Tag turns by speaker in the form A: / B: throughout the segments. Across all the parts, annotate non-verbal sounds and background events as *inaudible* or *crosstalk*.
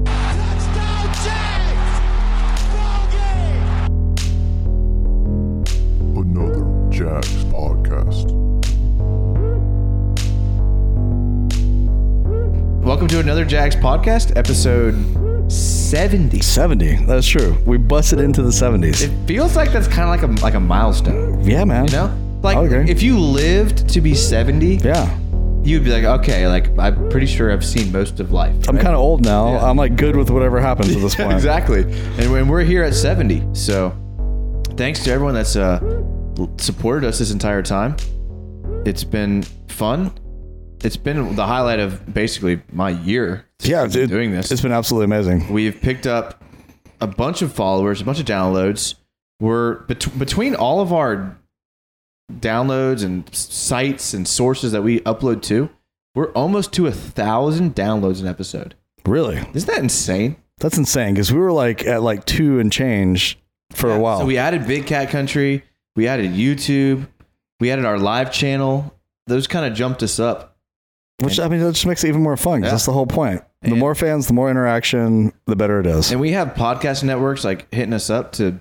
A: Touchdown, Jags! Bogey!
B: another Jack's podcast.
C: Welcome to another Jags podcast, episode 70.
D: 70. That's true. We busted into the 70s.
C: It feels like that's kind of like a like a milestone,
D: yeah, man.
C: you know? Like
D: I agree.
C: if you lived to be 70,
D: yeah.
C: you'd be like, okay, like I'm pretty sure I've seen most of life.
D: *laughs* I'm kind of old now.
C: Yeah.
D: I'm like good with whatever happens
C: *laughs*
D: at this point.
C: exactly. And when we're here at 70, so thanks to everyone that's uh l- supported us this entire time. It's been fun. It's been the highlight of basically my year. since
D: Yeah,
C: I've been
D: it-
C: doing this.
D: It's been absolutely amazing.
C: We've picked up a bunch of followers, a bunch of downloads. We're bet- between all of our downloads and s- sites and sources that we upload to, we're almost to a thousand downloads an episode.
D: Really.
C: Isn't that insane?
D: That's insane because we were like at like two and change for a while.
C: So we added Big Cat Country, we added YouTube, we added our live channel. Those kind of jumped us up.
D: which, I mean, that just makes it even more fun. 'cause
C: Yeah.
D: That's the whole point. The more fans, the more interaction, the better it is.
C: And we have podcast networks like hitting us up to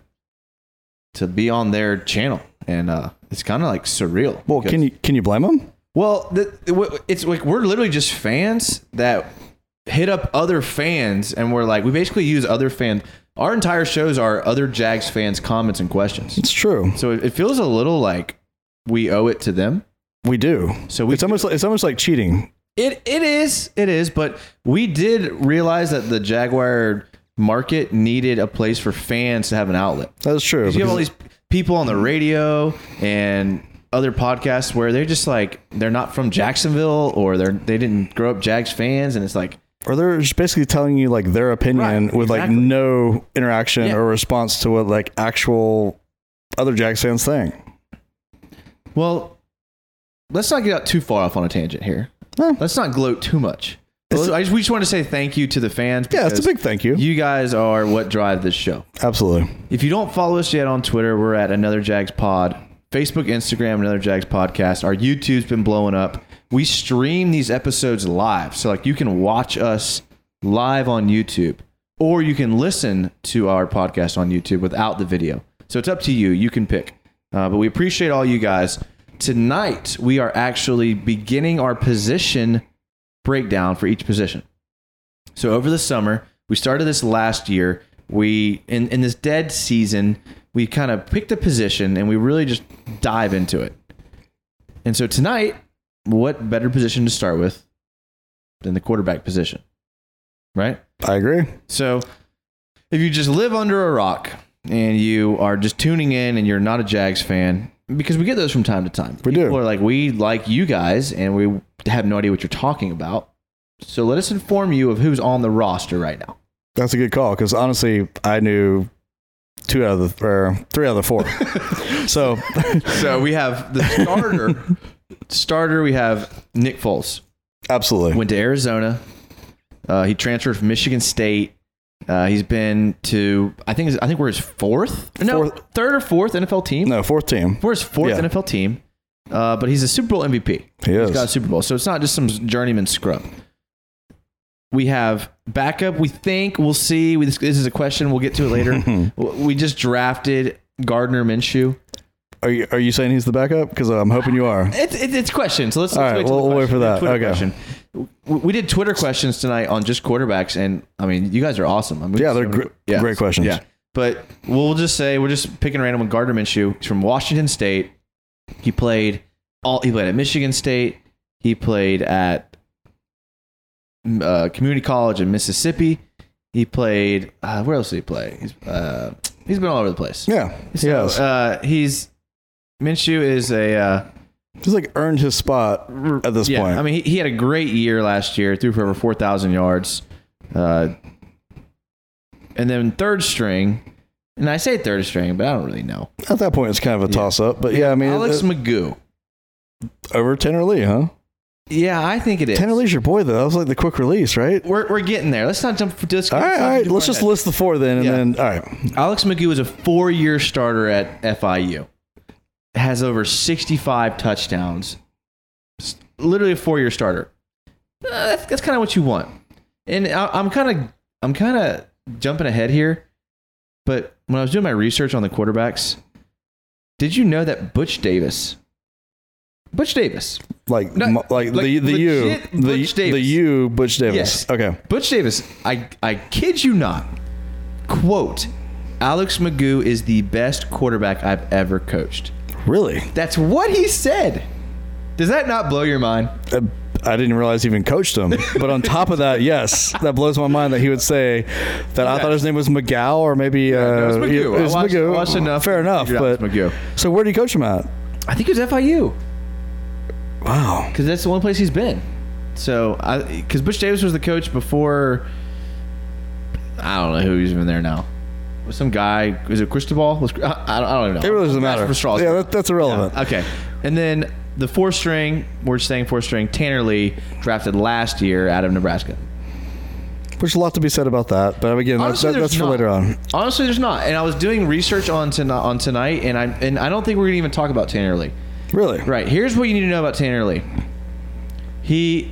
C: to be on their channel. And uh, it's kind of like surreal.
D: well,
C: because-
D: can you can you blame them?
C: Well, the, the- wh- it's like we're literally just fans that hit up other fans, and we're like, we basically use other fans. Our entire shows are other Jags fans' comments and questions.
D: It's true.
C: So it, it feels a little like we owe it to them.
D: We do.
C: So we
D: it's almost like, it's almost like cheating.
C: It it is it is, but we did realize that the Jaguar market needed a place for fans to have an outlet.
D: That's true.
C: You have all
D: because-
C: these people on the radio and other podcasts where they're just like they're not from Jacksonville or they're they didn't grow up Jags fans, and it's like
D: or they're just basically telling you like their opinion
C: Right,
D: with
C: exactly.
D: like no interaction
C: Yeah.
D: or response to what like actual other Jags fans think.
C: Well, let's not get out too far off on a tangent here.
D: No.
C: Let's not gloat too much. I just, we just want to say thank you to the fans.
D: Yeah, it's a
C: because
D: big thank you.
C: You guys are what drive this show.
D: Absolutely.
C: If you don't follow us yet on Twitter, we're at Another Jags Pod, Facebook, Instagram, Another Jags Podcast. Our YouTube's been blowing up. We stream these episodes live, so like you can watch us live on YouTube, or you can listen to our podcast on YouTube without the video. So it's up to you. You can pick. Uh, but we appreciate all you guys. Tonight we are actually beginning our position breakdown for each position. So over the summer, we started this last year. We in in this dead season, we kind of picked a position and we really just dive into it. And so tonight, what better position to start with than the quarterback position? Right?
D: I agree.
C: So if you just live under a rock and you are just tuning in and you're not a Jags fan, because we get those from time to time.
D: We do.
C: People are like, we like you guys and we have no idea what you're talking about. So let us inform you of who's on the roster right now.
D: That's a good call because honestly, I knew two out of the or three out of
C: *laughs*
D: the four. so
C: So we have the starter. *laughs* starter, we have Nick Foles.
D: absolutely,
C: Went to Arizona. Uh, he transferred from Michigan State. Uh, he's been to I think I think we're his fourth, no
D: Fourth.
C: third or fourth NFL team.
D: no fourth team.
C: We're his fourth
D: Yeah.
C: NFL team, uh, but he's a Super Bowl MVP.
D: He
C: He's
D: is.
C: got a Super Bowl, so it's not just some journeyman scrub. We have backup. We think we'll see. We, this, this is a question. We'll get to it later.
D: *laughs*
C: W- we just drafted Gardner Minshew.
D: Are you are you saying he's the backup? Because I'm hoping you are.
C: It's it's, it's questions. So let's,
D: All
C: let's
D: right,
C: wait till
D: we'll-
C: the
D: we'll wait
C: question.
D: for that.
C: Twitter
D: Okay.
C: question. W- We did Twitter questions tonight on just quarterbacks, and I mean, you guys are awesome. I mean,
D: Yeah, they're
C: so many-
D: gr- great questions.
C: Yeah, But we'll just say we're just picking random one. Gardner Minshew he's from Washington State. He played all. He played at Michigan State. He played at uh, community college in Mississippi. He played. Uh, where else did he play? He's uh, he's been all over the place.
D: Yeah.
C: So,
D: yes.
C: uh, he's Minshew is a. Uh,
D: He's like earned his spot at this
C: yeah,
D: point.
C: I mean, he, he had a great year last year, threw for over 4,000 yards. Uh, and then third string, and I say third string, but I don't really know.
D: at that point, it's kind of a toss up. But yeah, I mean, uh,
C: Alex
D: it-
C: Magoo.
D: over Tanner Lee, huh?
C: Yeah, I think it is.
D: Tanner Lee's your boy, though. That was like the quick release, right?
C: We're, we're getting there. Let's not jump. Let's
D: All right, all right. Let's just list the four then, and
C: Yeah.
D: then all right.
C: Alex Magoo is a four year starter at FIU, has over 65 touchdowns. S- Literally a four year starter. Uh, that's that's kind of what you want. And I, I'm kind of I'm kind of jumping ahead here, but when I was doing my research on the quarterbacks, did you know that Butch Davis, Butch Davis,
D: Like,
C: No,
D: mu- like
C: like
D: the the you,
C: legit
D: the
C: Butch Davis.
D: the you, Butch Davis.
C: Yes.
D: Okay.
C: Butch Davis, I, I kid you not, quote, Alex Magoo is the best quarterback I've ever coached.
D: Really?
C: That's what he said. Does that not blow your mind?
D: Uh, I didn't realize he even
C: *laughs*
D: coached him. But on top of that, yes, that blows my mind that he would say that. I thought his name was McGow or maybe uh,
C: no, it's Magoo.
D: it was
C: I watched-
D: Magoo.
C: I watched enough
D: Fair
C: to
D: enough.
C: figure out
D: But
C: it's Magoo.
D: So where do you coach him at?
C: I think it was FIU
D: Wow.
C: because that's the only place he's been. So, because Butch Davis was the coach before, I don't know who's even there now. Was Some guy is it Cristobal? Was, I, I don't- I don't even know.
D: It really doesn't
C: That's
D: matter.
C: for straws.
D: Yeah, that, that's irrelevant.
C: Okay. And then the four string, we're saying four string, Tanner Lee, drafted last year out of Nebraska.
D: There's a lot to be said about that. But again, that's
C: Honestly,
D: Oh, that,
C: there's
D: that's for
C: not.
D: later on.
C: Honestly, there's not. And I was doing research on, tonight on tonight, and I and I don't think we're gonna even talk about Tanner Lee.
D: Really?
C: Right. Here's what you need to know about Tanner Lee. He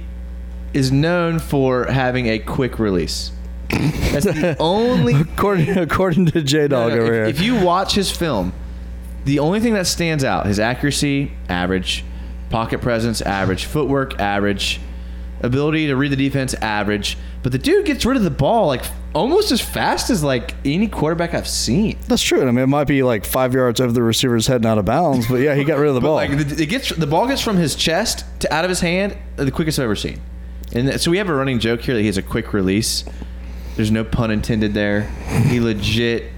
C: is known for having a quick release. That's
D: *laughs*
C: the only
D: According, *laughs* according to J Dog
C: No, no,
D: over here.
C: if, if you watch his film, the only thing that stands out his accuracy, average, pocket presence, average, footwork, average, ability to read the defense, average. But the dude gets rid of the ball like almost as fast as like any quarterback I've seen.
D: That's true. And I mean, it might be like five yards over the receiver's head and out of bounds, but yeah, he got rid of
C: *laughs*
D: the
C: But
D: ball.
C: like the, it gets the ball gets from his chest to out of his hand uh, the quickest I've ever seen. And that- so we have a running joke here that he has a quick release. There's no pun intended there. He legit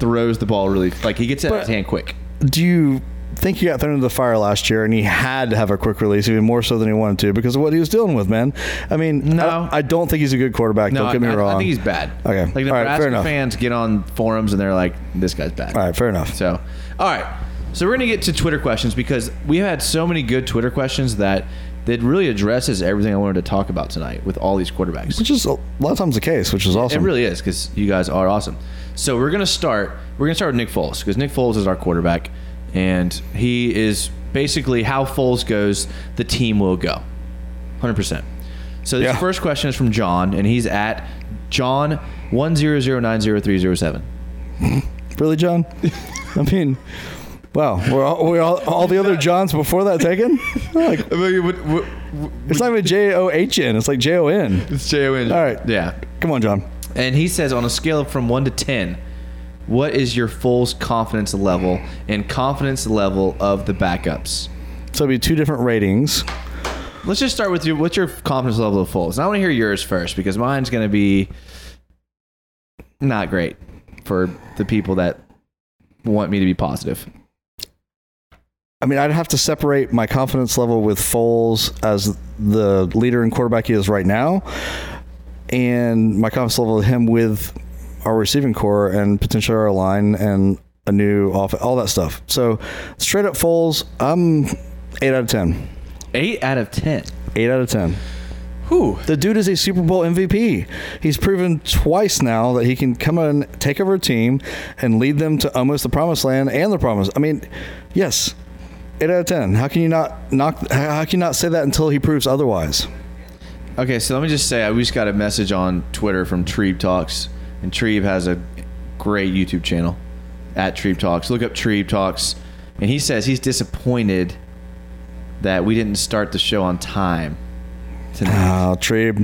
C: throws the ball really like he gets it out of his
D: But-
C: hand quick.
D: Do you think he got thrown into the fire last year and he had to have a quick release, even more so than he wanted to, because of what he was dealing with, man? I mean,
C: No.
D: I, don't- I don't think he's a good quarterback.
C: No,
D: don't get me
C: I, I-
D: wrong.
C: I think he's bad.
D: Okay.
C: Like
D: All right,
C: Nebraska
D: fair enough.
C: fans get on forums and they're like, this guy's bad.
D: All right, fair enough.
C: So, all right. So we're gonna get to Twitter questions because we have had so many good Twitter questions that that really addresses everything I wanted to talk about tonight with all these quarterbacks.
D: Which is a lot of times the case, which is awesome.
C: It really is because you guys are awesome. So we're gonna start. We're gonna start with Nick Foles because Nick Foles is our quarterback, and he is basically how Foles goes, the team will go, hundred percent. So this
D: Yeah.
C: first question is from John, and he's at John one zero zero nine zero three zero seven. *laughs*
D: Really, John? I mean, wow. We're all, we're all, all the other Johns before that taken? Like, it's not even J O H N. It's like J O N.
C: It's J O N.
D: All right.
C: Yeah.
D: Come on, John.
C: And he says on a scale from one to ten, what is your Foles confidence level and confidence level of the backups?
D: So it'd be two different ratings.
C: Let's just start with you. What's your confidence level of Foles? And I want to hear yours first because mine's going to be not great for the people that want me to be positive.
D: I mean, I'd have to separate my confidence level with Foles as the leader and quarterback he is right now, and my confidence level with him with our receiving core and potentially our line and a new off all that stuff. So straight up Foles, I'm eight out of ten.
C: Eight out of ten.
D: Eight out of ten.
C: Who?
D: The dude is a Super Bowl MVP. He's proven twice now that he can come in, take over a team, and lead them to almost the promised land and the promise. I mean, yes, eight out of ten. How can you not knock? How how can you not say that until he proves otherwise?
C: Okay, so let me just say, I just got a message on Twitter from Trebe Talks, and Trebe has a great YouTube channel at Trebe Talks. Look up Trebe Talks, and he says he's disappointed that we didn't start the show on time tonight.
D: Uh, Treb,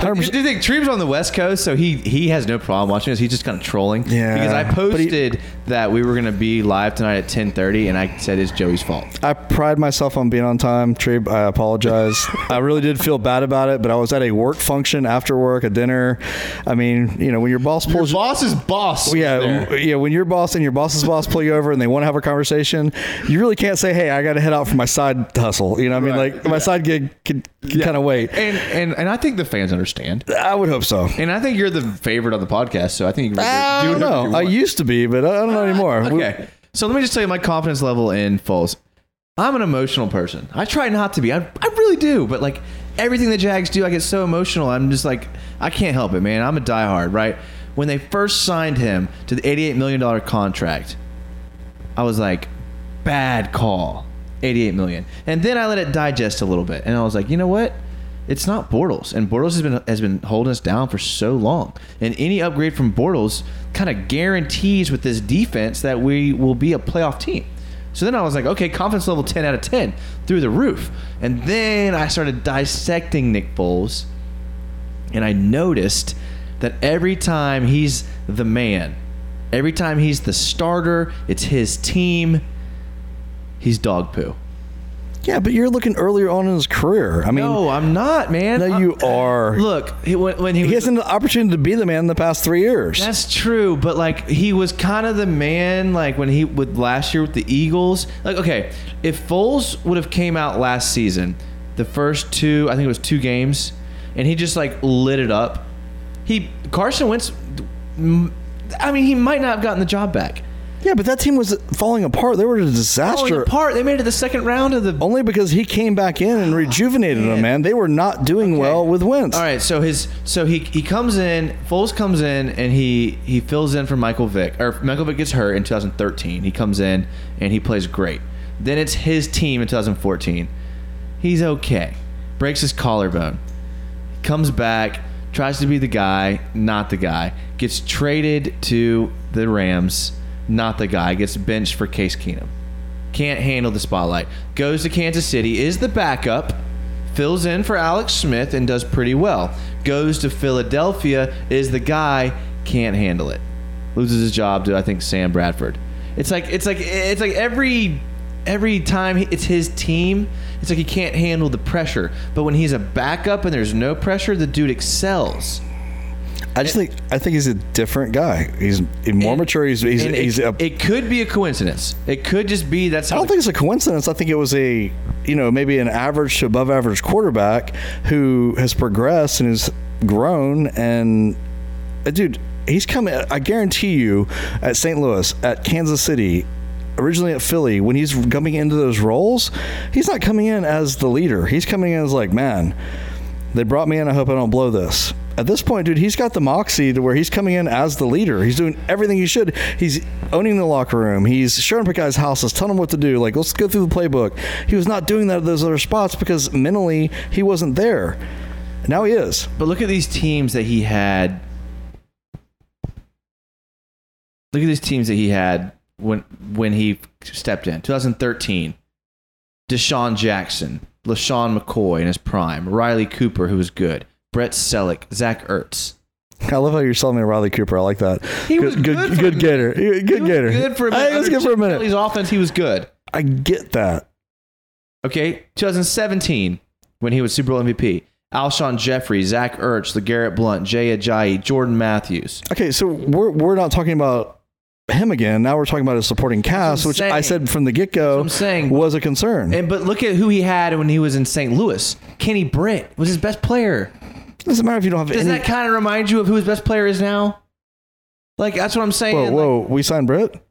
C: Do you think Treve's on the West Coast, so he he has no problem watching us? He's just kind of trolling.
D: Yeah.
C: Because I
D: But he-
C: posted that we were going to be live tonight at 10:30, and I said it's Joey's fault.
D: I pride myself on being on time. Treb, I apologize. I really did feel bad about it, but I was at a work function after work, a dinner. I mean, you know, when your boss
C: Your
D: pulls
C: boss is boss.
D: yeah,
C: there.
D: yeah. When your boss and your boss's boss pull you over and they want to have a conversation, you really can't say, "Hey, I got to head out for my side hustle." You know, what I mean,
C: Right.
D: like my side gig can, can kind of wait.
C: And and and I think the fans understand.
D: I would hope so.
C: And I think you're the favorite on the podcast, so I think you can
D: I
C: do whatever
D: don't
C: you
D: know. I
C: want. Ah,
D: used to be, but I don't know anymore. We-
C: Okay. So let me just tell you my confidence level in Foles. I'm an emotional person. I try not to be. I, I really do. But like everything the Jags do, I get so emotional. I'm just like, I can't help it, man. I'm a diehard, right? When they first signed him to the $88 million contract, I was like, bad call, 88 million. And then I let it digest a little bit, and I was like, you know what? It's not Bortles, and Bortles has been has been holding us down for so long. And any upgrade from Bortles kind of guarantees with this defense that we will be a playoff team. So then I was like, okay, confidence level 10 out of 10 through the roof. And then I started dissecting Nick Foles and I noticed that every time he's the man, every time he's the starter, it's his team, he's dog poo.
D: Yeah, but you're looking earlier on in his career. I mean,
C: No, I'm not, man.
D: No,
C: I-
D: you are.
C: Look, he, when, when he,
D: he
C: was,
D: hasn't had an opportunity to be the man in the past three years.
C: that's true, but like he was kind of the man, like when he with last year with the Eagles. Like, okay, if Foles would have came out last season, the first two, I think it was two games, and he just like lit it up. He Carson Wentz, m- I mean, he might not have gotten the job back.
D: yeah, but that team was falling apart. They were a
C: falling
D: disaster.
C: apart. They made it the second round of the.
D: Only because he came back in and rejuvenated them, man. They were not doing well with wins.
C: All right, so his so he he comes in, Foles comes in, and he he fills in for Michael Vick. Or Michael Vick gets hurt in 2013. He comes in and he plays great. Then it's his team in 2014. He's okay. Breaks his collarbone. Comes back, tries to be the guy, not the guy. Gets traded to the Rams, not the guy. Gets benched for Case Keenum. can't handle the spotlight. Goes to Kansas City, is the backup, fills in for Alex Smith and does pretty well. Goes to Philadelphia, is the guy, can't handle it. Loses his job to I think Sam Bradford. It's like it's like it's like every every time he- it's his team, it's like he can't handle the pressure. But when he's a backup and there's no pressure, the dude excels.
D: I just think I think he's a different guy. He's more mature. He's he's,
C: And it,
D: he's a,
C: it could be a coincidence. It could just be that's
D: I
C: how
D: don't
C: the-
D: think it's a coincidence. I think it was a, you know, maybe an average to above average quarterback who has progressed and has grown. And uh, dude, he's coming. I guarantee you, at St. Louis, at Kansas City, originally at Philly, when he's coming into those roles, he's not coming in as the leader. He's coming in as like, man, they brought me in. I hope I don't blow this. At this point, dude, he's got the moxie to where he's coming in as the leader. He's doing everything he should. He's owning the locker room. He's showing up at guys' houses, telling them what to do. Like, let's go through the playbook. He was not doing that at those other spots because mentally he wasn't there. Now he is.
C: But look at these teams that he had. Look at these teams that he had when when he stepped in. 2013, Deshaun Jackson, LaShawn McCoy in his prime, Riley Cooper, who was good, Brett Selleck, Zach Ertz.
D: I love how you're selling me Riley Cooper. I like that.
C: He was good
D: good,
C: for a
D: gator. He- Good
C: He was
D: gator.
C: Good for a
D: I-
C: minute.
D: He was
C: Under
D: good for a
C: Chip
D: minute.
C: Kelly's offense, he was good.
D: I get that.
C: Okay, 2017, when he was Super Bowl MVP, Alshon Jeffrey, Zach Ertz, LeGarrette Blunt, Jay Ajayi, Jordan Matthews.
D: Okay, so we're we're not talking about him again. Now we're talking about his supporting cast,
C: I'm
D: which I
C: saying.
D: said from the get go
C: I'm saying.
D: was a concern.
C: And but look at who he had when he was in St. Louis. Kenny Britt was his best player.
D: doesn't matter if you don't have
C: Doesn't
D: any.
C: that kind of remind you of who his best player is now? Like that's what I'm saying.
D: whoa,
C: Like,
D: whoa! we signed Britt.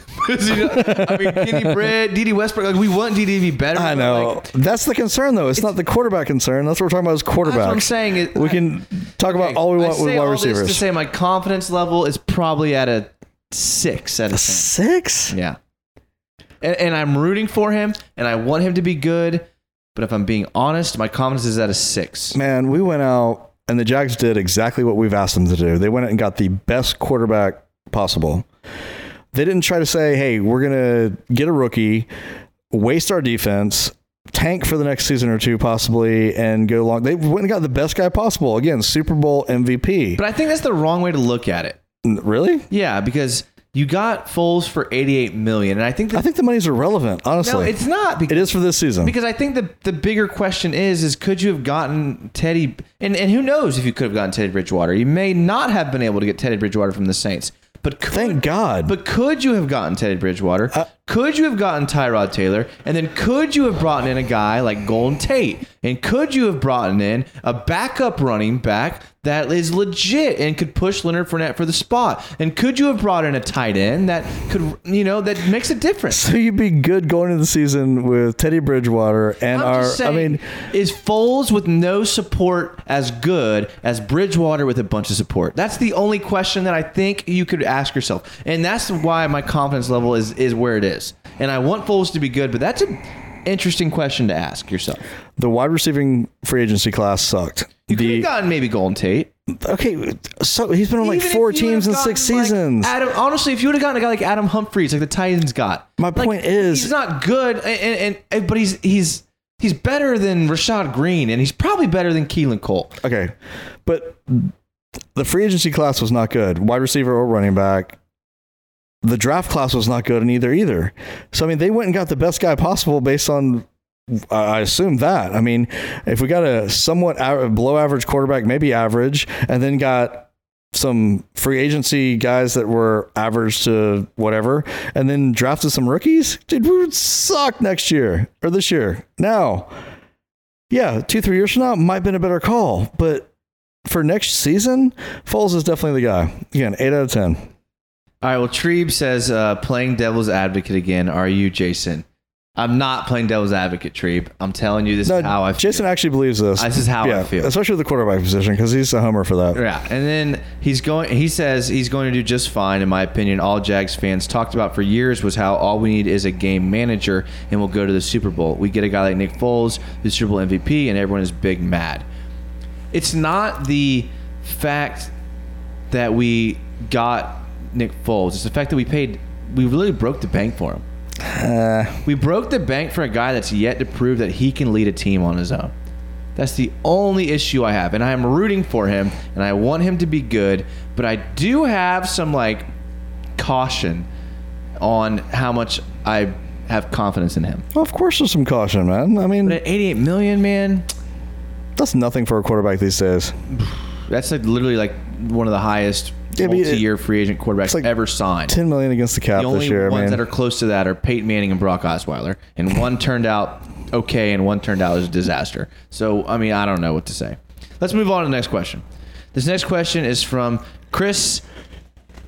C: *laughs* I mean,
D: *laughs*
C: Kenny Britt, D.D. Westbrook. Like we want D.D. to be better.
D: I
C: but,
D: know.
C: like,
D: That's the concern, though. It's, not the quarterback concern. That's what we're talking about. Is quarterback.
C: that's what I'm saying. It-
D: We can talk about
C: Okay,
D: all we
C: I
D: want with
C: say
D: wide
C: all this
D: receivers.
C: To say my confidence level is probably at a six out of ten.
D: Six.
C: Yeah. And, and I'm rooting for him, and I want him to be good. But if I'm being honest, my confidence is at a six.
D: Man, we went out and the Jags did exactly what we've asked them to do. They went out and got the best quarterback possible. They didn't try to say, hey, we're going to get a rookie, waste our defense, tank for the next season or two possibly and go long. They went and got the best guy possible. Again, Super Bowl MVP.
C: But I think that's the wrong way to look at it.
D: N- really?
C: Yeah, because you got Foles for 88 million, and I think that,
D: I think the money's irrelevant, honestly.
C: no, it's not. Because,
D: It is for this season.
C: because I think the the bigger question is is could you have gotten Teddy and and who knows if you could have gotten Teddy Bridgewater? You may not have been able to get Teddy Bridgewater from the Saints, but could,
D: Thank God.
C: But could you have gotten Teddy Bridgewater? could you have gotten Tyrod Taylor? And then could you have brought in a guy like Golden Tate? And could you have brought in a backup running back that is legit and could push Leonard Fournette for the spot? And could you have brought in a tight end that could, you know, that makes a difference?
D: so you'd be good going into the season with Teddy Bridgewater and
C: I'm
D: our.
C: just saying,
D: I mean,
C: is Foles with no support as good as Bridgewater with a bunch of support? That's the only question that I think you could ask yourself, and that's why my confidence level is is where it is. And I want Foles to be good, but that's an interesting question to ask yourself.
D: the wide receiving free agency class sucked.
C: You could
D: The-
C: have gotten maybe Golden Tate.
D: okay, so he's been on like
C: Even if
D: four
C: you would
D: teams in
C: have
D: six
C: gotten, like,
D: seasons.
C: Adam, honestly, if you would have gotten a guy like Adam Humphries, like the Titans got,
D: My
C: like,
D: point is-
C: he's not good, and, and, and but he's he's he's better than Rashad Green, and he's probably better than Keelan Cole.
D: Okay, but the free agency class was not good. Wide receiver or running back. The draft class was not good in either either. So I mean, they went and got the best guy possible based on. I I assume that. I mean, if we got a somewhat aver- below average quarterback, maybe average, and then got some free agency guys that were average to whatever, and then drafted some rookies, dude, we would suck next year or this year. Now, yeah, two, three years from now might have been a better call. But for next season, Foles is definitely the guy. Again, eight out of ten.
C: All right. Well, Trebe says, uh, playing devil's advocate again. Are you Jason? I'm not playing devil's advocate, Trebe. I'm telling you, this
D: No,
C: is how I feel.
D: Uh, Jason actually believes this.
C: This is how I feel.
D: Especially with the quarterback position, because he's a homer for that.
C: Yeah, and then he's going. He says he's going to do just fine, in my opinion. All Jags fans talked about for years was how all we need is a game manager, and we'll go to the Super Bowl. We get a guy like Nick Foles, the Super Bowl MVP, and everyone is big mad. It's not the fact that we got Nick Foles. It's the fact that we paid. We really broke the bank for him. we broke the bank for a guy that's yet to prove that he can lead a team on his own. That's the only issue I have. And I am rooting for him and I want him to be good, but I do have some like caution on how much I have confidence in him.
D: Well, of course, there's some caution, man. I mean,
C: But at 88 million, man,
D: that's nothing for a quarterback these days.
C: that's like literally like one of the highest
D: Yeah, but it-
C: multi-year free agent quarterbacks
D: it's like
C: ever signed.
D: Ten million against the cap
C: the
D: this
C: only
D: year. I
C: ones
D: mean,
C: that are close to that are Peyton Manning and Brock Osweiler, and one turned out okay, and one turned out as a disaster. So I mean, I don't know what to say. Let's move on to the next question. This next question is from Chris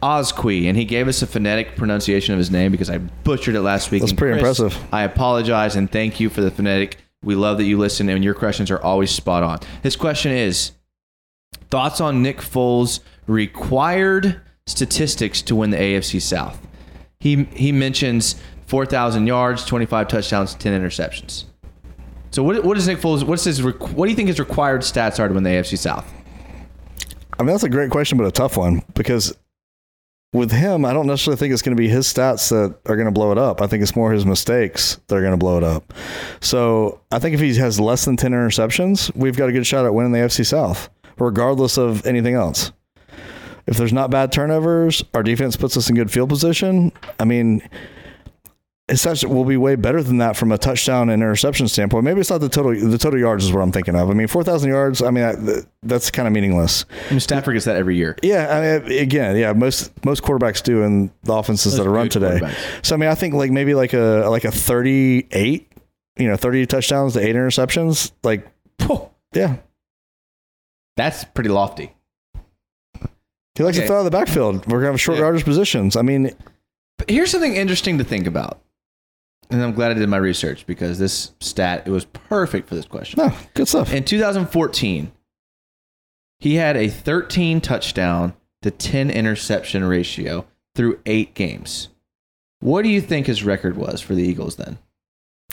C: Osquey, and he gave us a phonetic pronunciation of his name because I butchered it last week.
D: That's
C: And
D: pretty
C: Chris,
D: impressive.
C: I apologize and thank you for the phonetic. We love that you listen, and your questions are always spot on. His question is thoughts on Nick Foles' required statistics to win the AFC South. He he mentions 4,000 yards, 25 touchdowns, 10 interceptions. So what what is Nick Foles? What's his requ- what do you think his required stats are to win the AFC South?
D: I mean, that's a great question, but a tough one because with him, I don't necessarily think it's going to be his stats that are going to blow it up. I think it's more his mistakes that are going to blow it up. So I think if he has less than 10 interceptions, we've got a good shot at winning the FC South, regardless of anything else. If there's not bad turnovers, our defense puts us in good field position. I mean, it's such will be way better than that from a touchdown and interception standpoint. Maybe it's not the total. The total yards is what I'm thinking of. I mean, four thousand yards. I mean, that, that's kind of meaningless.
C: I mean, Stafford gets that every year.
D: Yeah, I mean, again, yeah, most most quarterbacks do in the offenses that are run
C: good
D: today.
C: quarterbacks.
D: So I mean, I think like maybe like a like a thirty-eight, you know, thirty touchdowns to eight interceptions. Like,
C: Phew,
D: yeah,
C: That's pretty lofty.
D: he likes
C: Okay.
D: to throw out of the backfield. We're gonna have short yardage positions. I mean,
C: But here's something interesting to think about. And I'm glad I did my research because this stat it was perfect for this question.
D: no, good stuff.
C: In 2014, he had a 13 touchdown to 10 interception ratio through eight games. What do you think his record was for the Eagles then?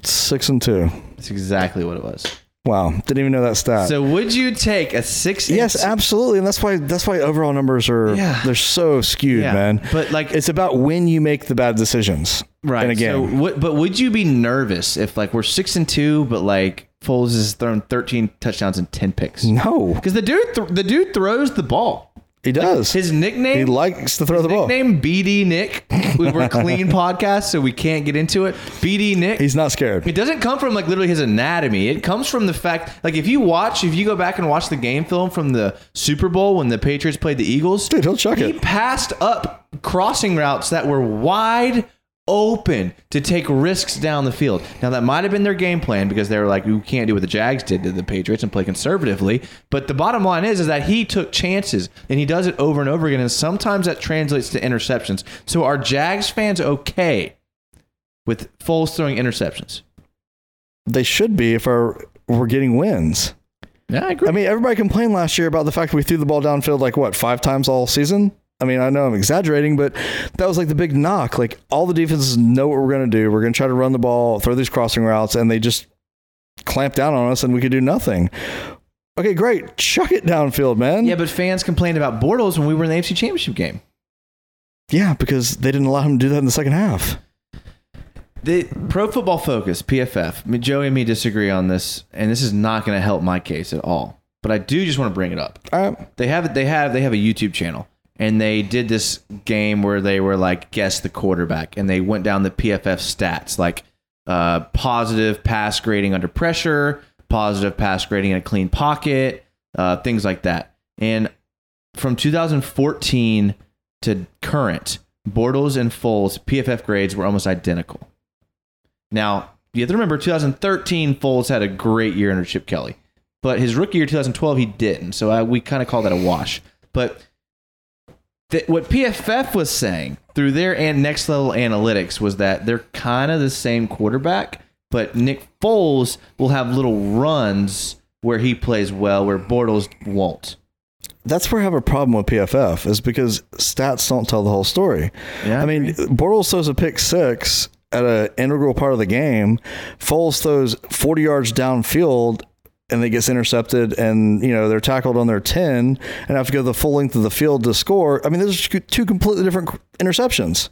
D: Six and two.
C: That's exactly what it was.
D: Wow, didn't even know that stat.
C: So would you take a six? and
D: Uh, yes,
C: six-
D: absolutely, and that's why that's why overall numbers are
C: Yeah.
D: they're so skewed,
C: Yeah,
D: man.
C: But like,
D: It's about when you make the bad decisions.
C: right
D: in a game.
C: So, what, but would you be nervous if like we're six and two, but like Foles has thrown thirteen touchdowns and ten picks?
D: no,
C: Because the dude, th- the dude throws the ball.
D: he does.
C: His nickname,
D: he likes to throw the ball.
C: nickname BD Nick. We were
D: *laughs*
C: clean podcast, so we can't get into it. BD Nick.
D: He's not scared.
C: It doesn't come from like literally his anatomy. It comes from the fact, like if you watch, if you go back and watch the game film from the Super Bowl when the Patriots played the Eagles,
D: Dude, he'll chuck
C: he
D: it.
C: passed up crossing routes that were wide open to take risks down the field. Now that might have been their game plan because they were like, "We can't do what the Jags did to the Patriots and play conservatively." But the bottom line is, is that he took chances and he does it over and over again, and sometimes that translates to interceptions. So are Jags fans okay with Foles throwing interceptions?
D: They should be if our, we're getting wins.
C: Yeah, I agree.
D: I mean, everybody complained last year about the fact that we threw the ball downfield like what five times all season. I mean, I know I'm exaggerating, but that was like the big knock. Like all the defenses know what we're going to do. We're going to try to run the ball, throw these crossing routes, and they just clamp down on us, and we could do nothing. Okay, great, chuck it downfield, man.
C: yeah, but fans complained about Bortles when we were in the AFC Championship game.
D: yeah, because they didn't allow him to do that in the second half.
C: The Pro Football Focus (PFF). I mean, Joey and me disagree on this, and this is not going to help my case at all. But I do just want to bring it up.
D: All right,
C: They have they have they have a YouTube channel, and they did this game where they were like guess the quarterback, and they went down the PFF stats like uh, positive pass grading under pressure, positive pass grading in a clean pocket, uh, things like that. And from 2014 to current, Bortles and Foles PFF grades were almost identical. Now, you have to remember 2013, Foles had a great year under Chip Kelly. But his rookie year, 2012, he didn't. So I, we kind of call that a wash. But th- what PFF was saying through their and next level analytics was that they're kind of the same quarterback, but Nick Foles will have little runs where he plays well, where Bortles won't.
D: that's where I have a problem with PFF is because stats don't tell the whole story.
C: Yeah,
D: I mean, Bortles throws a pick six at an integral part of the game. Foles throws 40 yards downfield and they gets intercepted and, you know, they're tackled on their 10 and have to go the full length of the field to score. I mean, those are two completely different interceptions.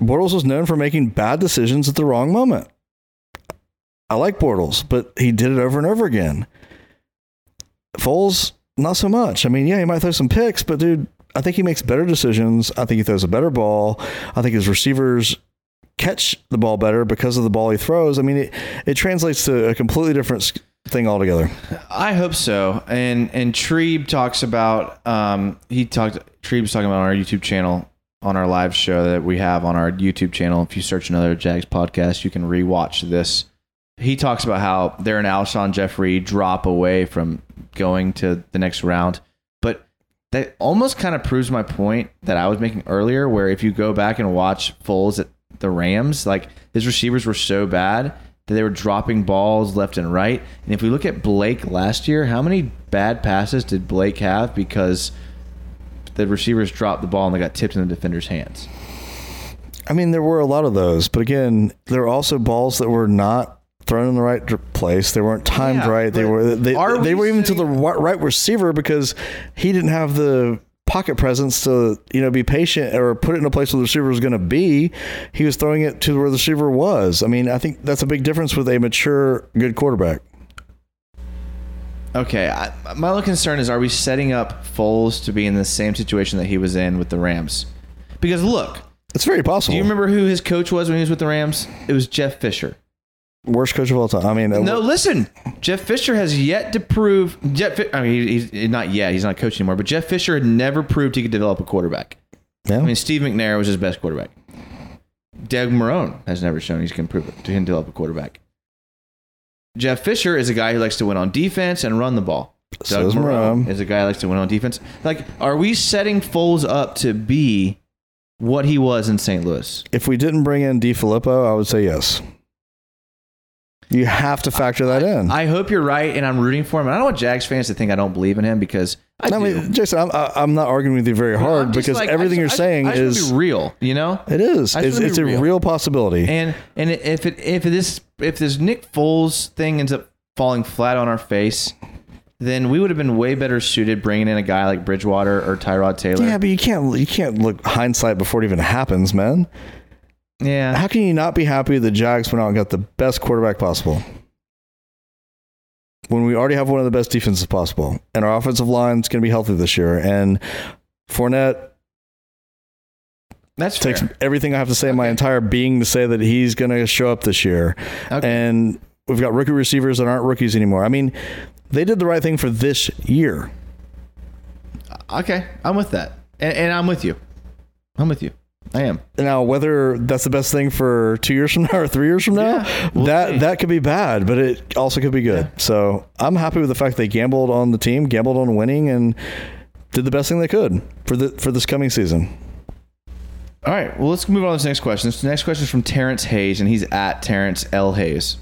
D: Bortles was known for making bad decisions at the wrong moment. I like Bortles, but he did it over and over again. Foles, not so much. I mean, yeah, he might throw some picks, but dude, I think he makes better decisions. I think he throws a better ball. I think his receivers catch the ball better because of the ball he throws. I mean, it, it translates to a completely different s- thing altogether.
C: I hope so. And and Trebe talks about um he talked Trebe's talking about on our YouTube channel on our live show that we have on our YouTube channel. If you search another Jags podcast, you can rewatch this. He talks about how they're an Alshon Jeffrey drop away from going to the next round. But that almost kind of proves my point that I was making earlier, where if you go back and watch Foles at the Rams, like his receivers were so bad that they were dropping balls left and right. And if we look at Blake last year, how many bad passes did Blake have because the receivers dropped the ball and they got tipped in the defender's hands?
D: I mean, there were a lot of those, but again, there were also balls that were not thrown in the right dr- place. They weren't timed
C: Yeah,
D: right. They
C: but
D: were they,
C: are
D: they
C: we
D: were even to the
C: saying-
D: wi- right receiver because he didn't have the pocket presence to you know be patient or put it in a place where the receiver was going to be. He was throwing it to where the receiver was. I mean, I think that's a big difference with a mature, good quarterback.
C: Okay, I, my only concern is: Are we setting up Foles to be in the same situation that he was in with the Rams? Because look,
D: It's very possible.
C: do you remember who his coach was when he was with the Rams? It was Jeff Fisher.
D: worst coach of all time? I mean, uh,
C: No, listen. Jeff Fisher has yet to prove. Jeff, Fi- I mean, he's he's not yet. He's not coaching anymore. But Jeff Fisher had never proved he could develop a quarterback.
D: yeah.
C: I mean, Steve McNair was his best quarterback. Doug Marone has never shown he's can prove it to him develop a quarterback. Jeff Fisher is a guy who likes to win on defense and run the ball.
D: So
C: Doug
D: is
C: Marone
D: Marone.
C: is a guy who likes to win on defense. Like, are we setting Foles up to be what he was in St. Louis?
D: if we didn't bring in D. Filippo, I would say yes. You have to factor that in.
C: I hope you're right, and I'm rooting for him. And I don't want Jags fans to think I don't believe in him because I
D: No,
C: do.
D: I mean, Jason, I'm, I- I'm not arguing with you very hard
C: I'm just
D: because
C: like, I
D: everything
C: just-
D: you're
C: I-
D: saying
C: I just wanna
D: is
C: be real, you know.
D: it is.
C: I just
D: It's,
C: wanna
D: it's
C: be
D: a
C: real.
D: real possibility.
C: And and if it if this if this Nick Foles thing ends up falling flat on our face, then we would have been way better suited bringing in a guy like Bridgewater or Tyrod Taylor.
D: yeah, but you can't you can't look hindsight before it even happens, man.
C: Yeah.
D: How can you not be happy the Jags went out and got the best quarterback possible? When we already have one of the best defenses possible, and our offensive line's going to be healthy this year, and Fournette
C: That's fair.
D: takes everything I have to say in my entire being to say that he's going to show up this year.
C: Okay.
D: And we've got rookie receivers that aren't rookies anymore. I mean, they did the right thing for this year.
C: okay. I'm with that. And, and I'm with you. I'm with you. I am.
D: Now, whether that's the best thing for two years from now or three years from now,
C: Yeah, we'll
D: that
C: see.
D: that could be bad, but it also could be good. So I'm happy with the fact they gambled on the team, gambled on winning, and did the best thing they could for the for this coming season.
C: All right. Well, let's move on to this next question. This next question is from Terrence Hayes, and he's at Terrence L. Hayes.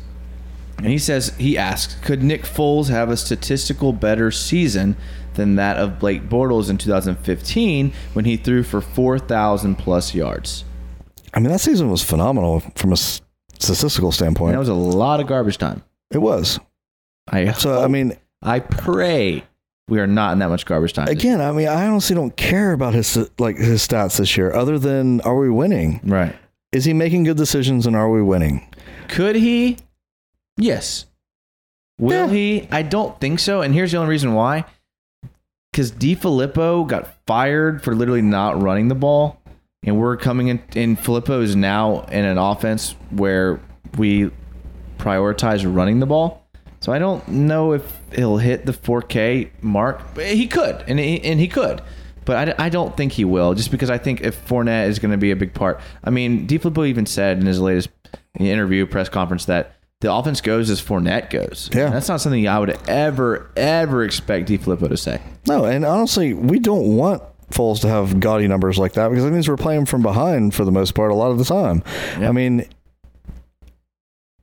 C: And he says, he asks, could Nick Foles have a statistical better season than that of Blake Bortles in 2015 when he threw for 4,000 plus yards?
D: I mean, that season was phenomenal from a s- statistical standpoint.
C: And that was a lot of garbage time.
D: it was.
C: I,
D: So I mean,
C: I pray we are not in that much garbage time. this
D: again, I mean, I honestly don't care about his like his stats this year, other than are we winning?
C: year. Right.
D: Is he making good decisions, and are we winning?
C: Could he? Yes. Will
D: Yeah.
C: he? I don't think so. And here's the only reason why. Because Filippo got fired for literally not running the ball. And we're coming in, and Filippo is now in an offense where we prioritize running the ball. So I don't know if he'll hit the 4K mark. But He could, and he, and he could, but I, I don't think he will, just because I think if Fournette is going to be a big part. I mean, DiFilippo even said in his latest interview press conference that the offense goes as Fournette goes.
D: Yeah.
C: that's not something I would ever ever expect DiFilippo to say.
D: No, and honestly, we don't want Foles to have gaudy numbers like that because that means we're playing from behind for the most part a lot of the time. I mean,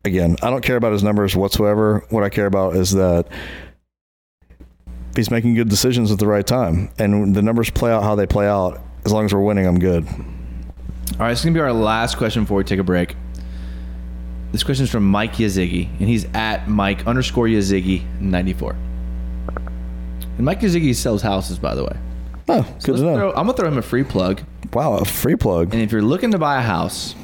D: again, I don't care about his numbers whatsoever. What I care about is that he's making good decisions at the right time, and the numbers play out how they play out. As long as we're winning, I'm good.
C: All right, it's gonna be our last question before we take a break. This question is from Mike Yazigi, and he's at Mike underscore Yazigi ninety four. And Mike Yazigi sells houses, by the way. So
D: Oh, good to
C: let's
D: know.
C: throw- I'm gonna throw him a free plug.
D: wow, a free plug.
C: And if you're looking to buy a house,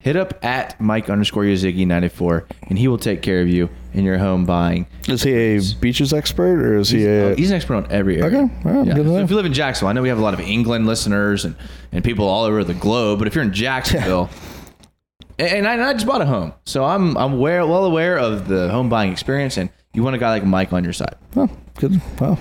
C: hit up at Mike underscore Yazigi ninety four, and he will take care of you in your home buying.
D: Is he a beaches expert or is he
C: Oh,
D: a?
C: he's an expert on every area.
D: Okay, all right,
C: Yeah.
D: good to
C: So
D: know.
C: if you live in Jacksonville, I know we have a lot of England listeners and, and people all over the globe. But if you're in Jacksonville,
D: *laughs*
C: and, and I, and I just bought a home, so I'm I'm aware, well aware of the home buying experience, and you want a guy like Mike on your side.
D: Oh, good. Wow.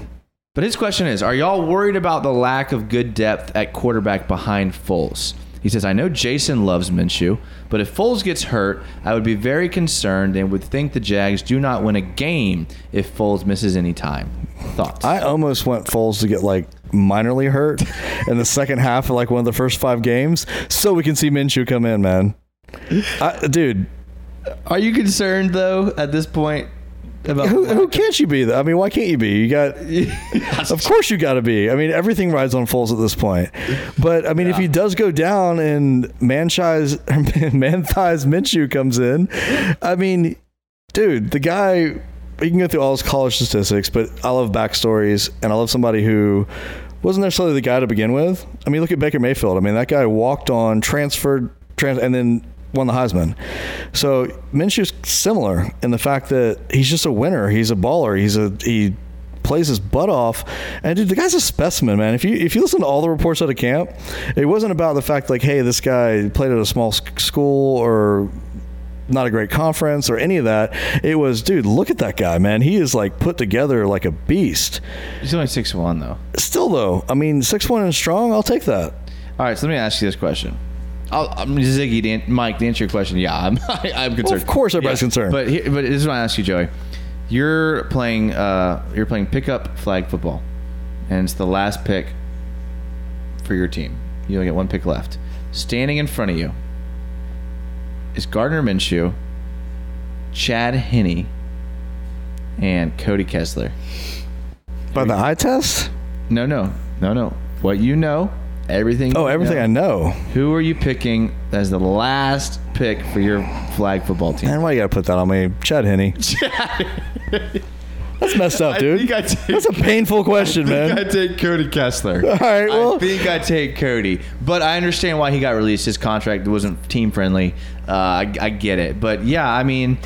C: But his question is Are y'all worried about the lack of good depth at quarterback behind Foles? He says, I know Jason loves Minshew, but if Foles gets hurt, I would be very concerned and would think the Jags do not win a game if Foles misses any time. Thoughts?
D: I almost want Foles to get like minorly hurt in the second half of like one of the first five games, so we can see Minshew come in, man. I, dude,
C: Are you concerned, though, at this point? About
D: who, who can't you be? I mean, why can't you be? You got, *laughs* of course, you got to be. I mean, everything rides on Foles at this point. But I mean, if he does go down and man *laughs* thighs Minshew comes in, I mean, dude, the guy. You can go through all his college statistics, but I love backstories, and I love somebody who wasn't necessarily the guy to begin with. I mean, look at Baker Mayfield. I mean, that guy walked on, transferred, trans- and then won the Heisman. So Minshew's similar in the fact that he's just a winner. He's a baller. He's a he plays his butt off. And dude, the guy's a specimen, man. If you if you listen to all the reports out of camp, it wasn't about the fact like, hey, this guy played at a small s- school or not a great conference or any of that. It was, dude, look at that guy, man. He is like put together like a beast.
C: He's only 6 1, though.
D: Still though, I mean, six one and strong. I'll take that.
C: All right, so let me ask you this question. I'll, I'm Ziggy, to an- Mike, to answer your question, yeah, I'm, *laughs* I, I'm concerned.
D: of course everybody's concerned.
C: But here, but this is what I ask you, Joey. You're playing uh, you're playing pickup flag football, and it's the last pick for your team. You only get one pick left. Standing in front of you is Gardner Minshew, Chad Henney, and Cody Kessler.
D: By the eye test?
C: No, no, no, no. What you know, everything.
D: Oh,
C: you
D: everything
C: know.
D: I know.
C: Who are you picking as the last pick for your flag football team? *laughs*
D: And why you gotta put that on me? Chad Henney. That's messed up,
C: I
D: dude.
C: think I take-
D: That's a painful question, man.
C: *laughs* I take Cody
D: *laughs*
C: Kessler. All
D: right, well-
C: I think I take Cody, but I understand why he got released. His contract wasn't team friendly. Uh, I, I get it, but yeah, I mean,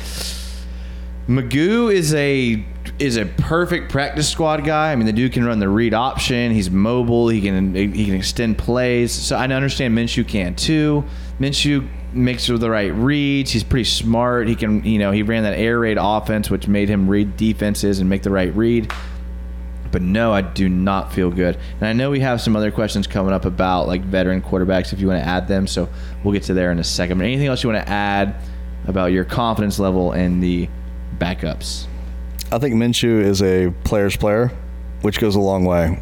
C: Magoo is a is a perfect practice squad guy. I mean, the dude can run the read option. He's mobile. He can he can extend plays. So I understand Minshew can too. Minshew makes the right reads. He's pretty smart. He can you know he ran that air raid offense, which made him read defenses and make the right read but no, I do not feel good. And I know we have some other questions coming up about like veteran quarterbacks if you want to add them. So we'll get to there in a second. But anything else you want to add about your confidence level and the backups?
D: I think Minshew is a player's player, which goes a long way.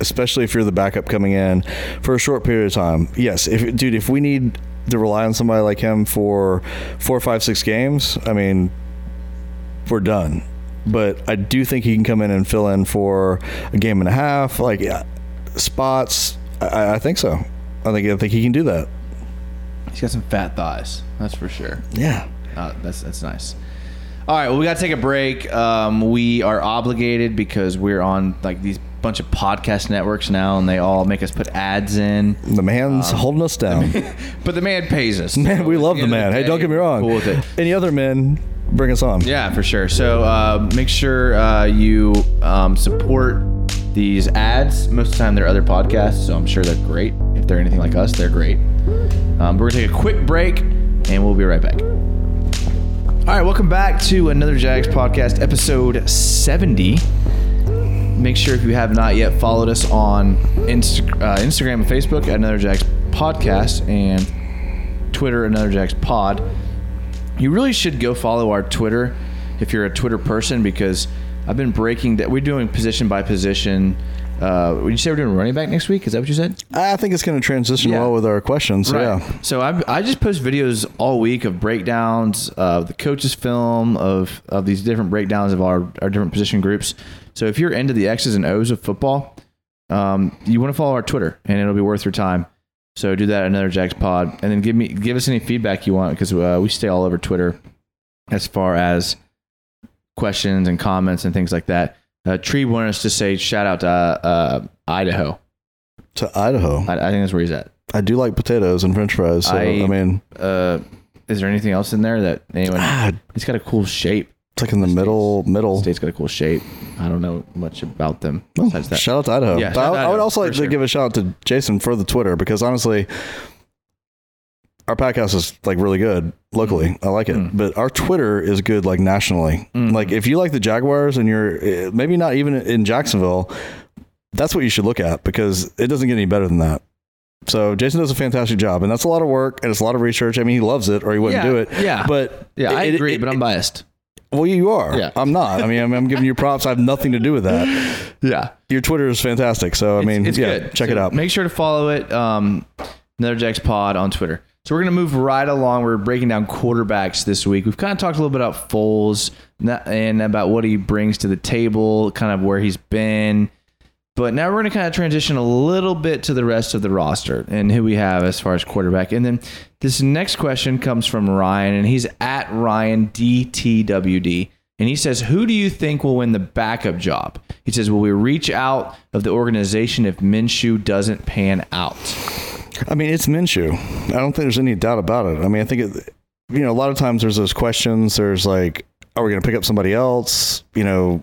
D: Especially if you're the backup coming in for a short period of time. Yes, if dude, if we need to rely on somebody like him for four, five, six games, I mean, we're done. But I do think he can come in and fill in for a game and a half, like yeah, spots. I- I, I think so. I think I think he can do that.
C: He's got some fat thighs, that's for sure.
D: Yeah.
C: Uh, that's that's nice. All right, well, we got to take a break. Um, we are obligated because we're on like these bunch of podcast networks now, and they all make us put ads in.
D: The
C: Um,
D: man's holding
C: *laughs*
D: us down.
C: But the man pays us.
D: Man, we
C: At
D: love the
C: end of
D: man. hey,
C: day,
D: don't get me wrong.
C: Cool with it.
D: Any other men, bring us on.
C: Yeah, for sure. So uh, make sure uh, you um, support these ads. Most of the time, they're other podcasts, so I'm sure they're great. If they're anything like us, they're great. Um, we're gonna take a quick break, and we'll be right back. All right, welcome back to another Jags podcast, episode 70. Make sure if you have not yet followed us on Insta- uh, Instagram and Facebook at Another Jags Podcast and Twitter Another Jags Pod you really should go follow our Twitter if you're a Twitter person because I've been breaking that. We're doing position by position. Uh, would you say we're doing running back next week? Is that what you said?
D: I think it's going to transition
C: Yeah.
D: well with our questions. so Yeah.
C: So I, I just post videos all week of breakdowns of the coaches' film of of these different breakdowns of our, our different position groups. So if you're into the X's and O's of football, um, you want to follow our Twitter, and it'll be worth your time. So do that at another Jags Pod, and then give me give us any feedback you want because uh, we stay all over Twitter as far as questions and comments and things like that. Uh, Tree wanted us to say shout out to uh, uh, Idaho.
D: To Idaho.
C: I, I think that's where he's at.
D: I do like potatoes and french fries. So, I,
C: I-
D: mean,
C: uh, is there anything else in there that anyone?
D: ah,
C: It's got a cool shape.
D: it's like in the middle, middle.
C: State's got a cool shape. I don't know much about them
D: Oh,
C: besides that.
D: shout out to Idaho.
C: Yeah,
D: But
C: shout out to
D: I, I would
C: Idaho,
D: also like
C: for
D: to
C: sure.
D: give a shout out to Jason for the Twitter because honestly, our podcast is like really good locally.
C: Mm-hmm.
D: I like it,
C: Mm.
D: but our Twitter is good like nationally. Like if you like the Jaguars and you're eh, maybe not even in Jacksonville, that's what you should look at because it doesn't get any better than that. So Jason does a fantastic job, and that's a lot of work and it's a lot of research. I mean, he loves it, or he wouldn't
C: Yeah,
D: do it.
C: yeah.
D: but
C: yeah, I
D: it-
C: agree,
D: it-
C: but I'm
D: it-
C: biased.
D: well, you are.
C: Yeah.
D: I'm not. I mean, I'm, I'm giving you props. I have nothing to do
C: *laughs*
D: with that
C: Yeah,
D: your Twitter is fantastic. So I mean,
C: it's
D: yeah,
C: good.
D: check
C: So
D: it out.
C: Make sure to follow it. Um, another Jack's Pod on Twitter. So we're gonna move right along. We're breaking down quarterbacks this week. We've kind of talked a little bit about Foles and that- and about what he brings to the table, kind of where he's been. But now we're going to kind of transition a little bit to the rest of the roster and who we have as far as quarterback. And then this next question comes from Ryan, and he's at Ryan DTWD. And he says, Who do you think will win the backup job? He says, Will we reach out of the organization if Minshew doesn't pan out?
D: I mean, it's Minshew. I don't think there's any doubt about it. I mean, I think it, you know a lot of times there's those questions. There's like, are we going to pick up somebody else? You know,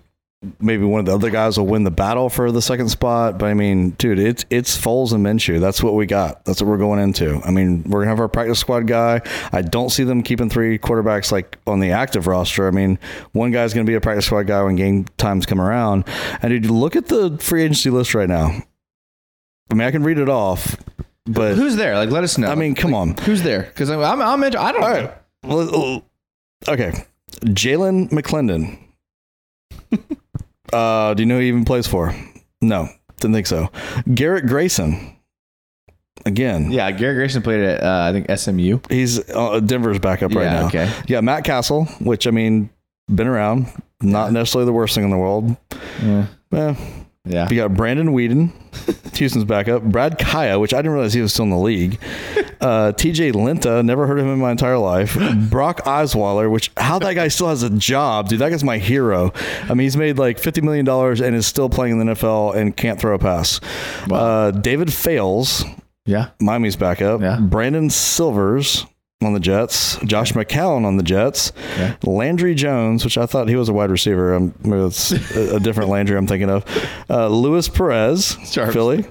D: maybe one of the other guys will win the battle for the second spot. But I mean, dude, it's it's Foles and Minshew. That's what we got. That's what we're going into. I mean, we're gonna have our practice squad guy. I don't see them keeping three quarterbacks like on the active roster. I mean, one guy's gonna be a practice squad guy when game times come around. And dude, look at the free agency list right now. I mean, I can read it off, but
C: Who's there? Like, let us know.
D: I mean, come on.
C: who's there? Because I'm, I'm, I'm, int- I don't
D: All
C: know.
D: right. Well, well, uh, Okay. Jalen McClendon. uh, do you know who he even plays for? No, didn't think so. Garrett Grayson. Again,
C: Yeah, Garrett Grayson played at, uh, I think, SMU.
D: he's uh, Denver's backup right
C: Yeah,
D: now.
C: okay.
D: Yeah, Matt Castle, which I mean, been around. Not necessarily the worst thing in the world.
C: Yeah.
D: Eh,
C: Yeah. *laughs*
D: you got Brandon Whedon. Houston's backup, Brad Kaya, which I didn't realize he was still in the league.
C: *laughs*
D: Uh, TJ Lenta, never heard of him in my entire life. Brock Osweiler, which how that guy still has a job, dude. That guy's my hero. I mean, he's made like fifty million dollars and is still playing in the NFL and can't throw a pass. Uh, David Fails,
C: Yeah.
D: Miami's backup.
C: Yeah.
D: Brandon Silvers on the Jets. Josh McCown on the Jets. Landry Jones, which I thought he was a wide receiver. i maybe that's a, a different Landry I'm thinking of. Uh, Luis Perez,
C: Sharps.
D: Philly.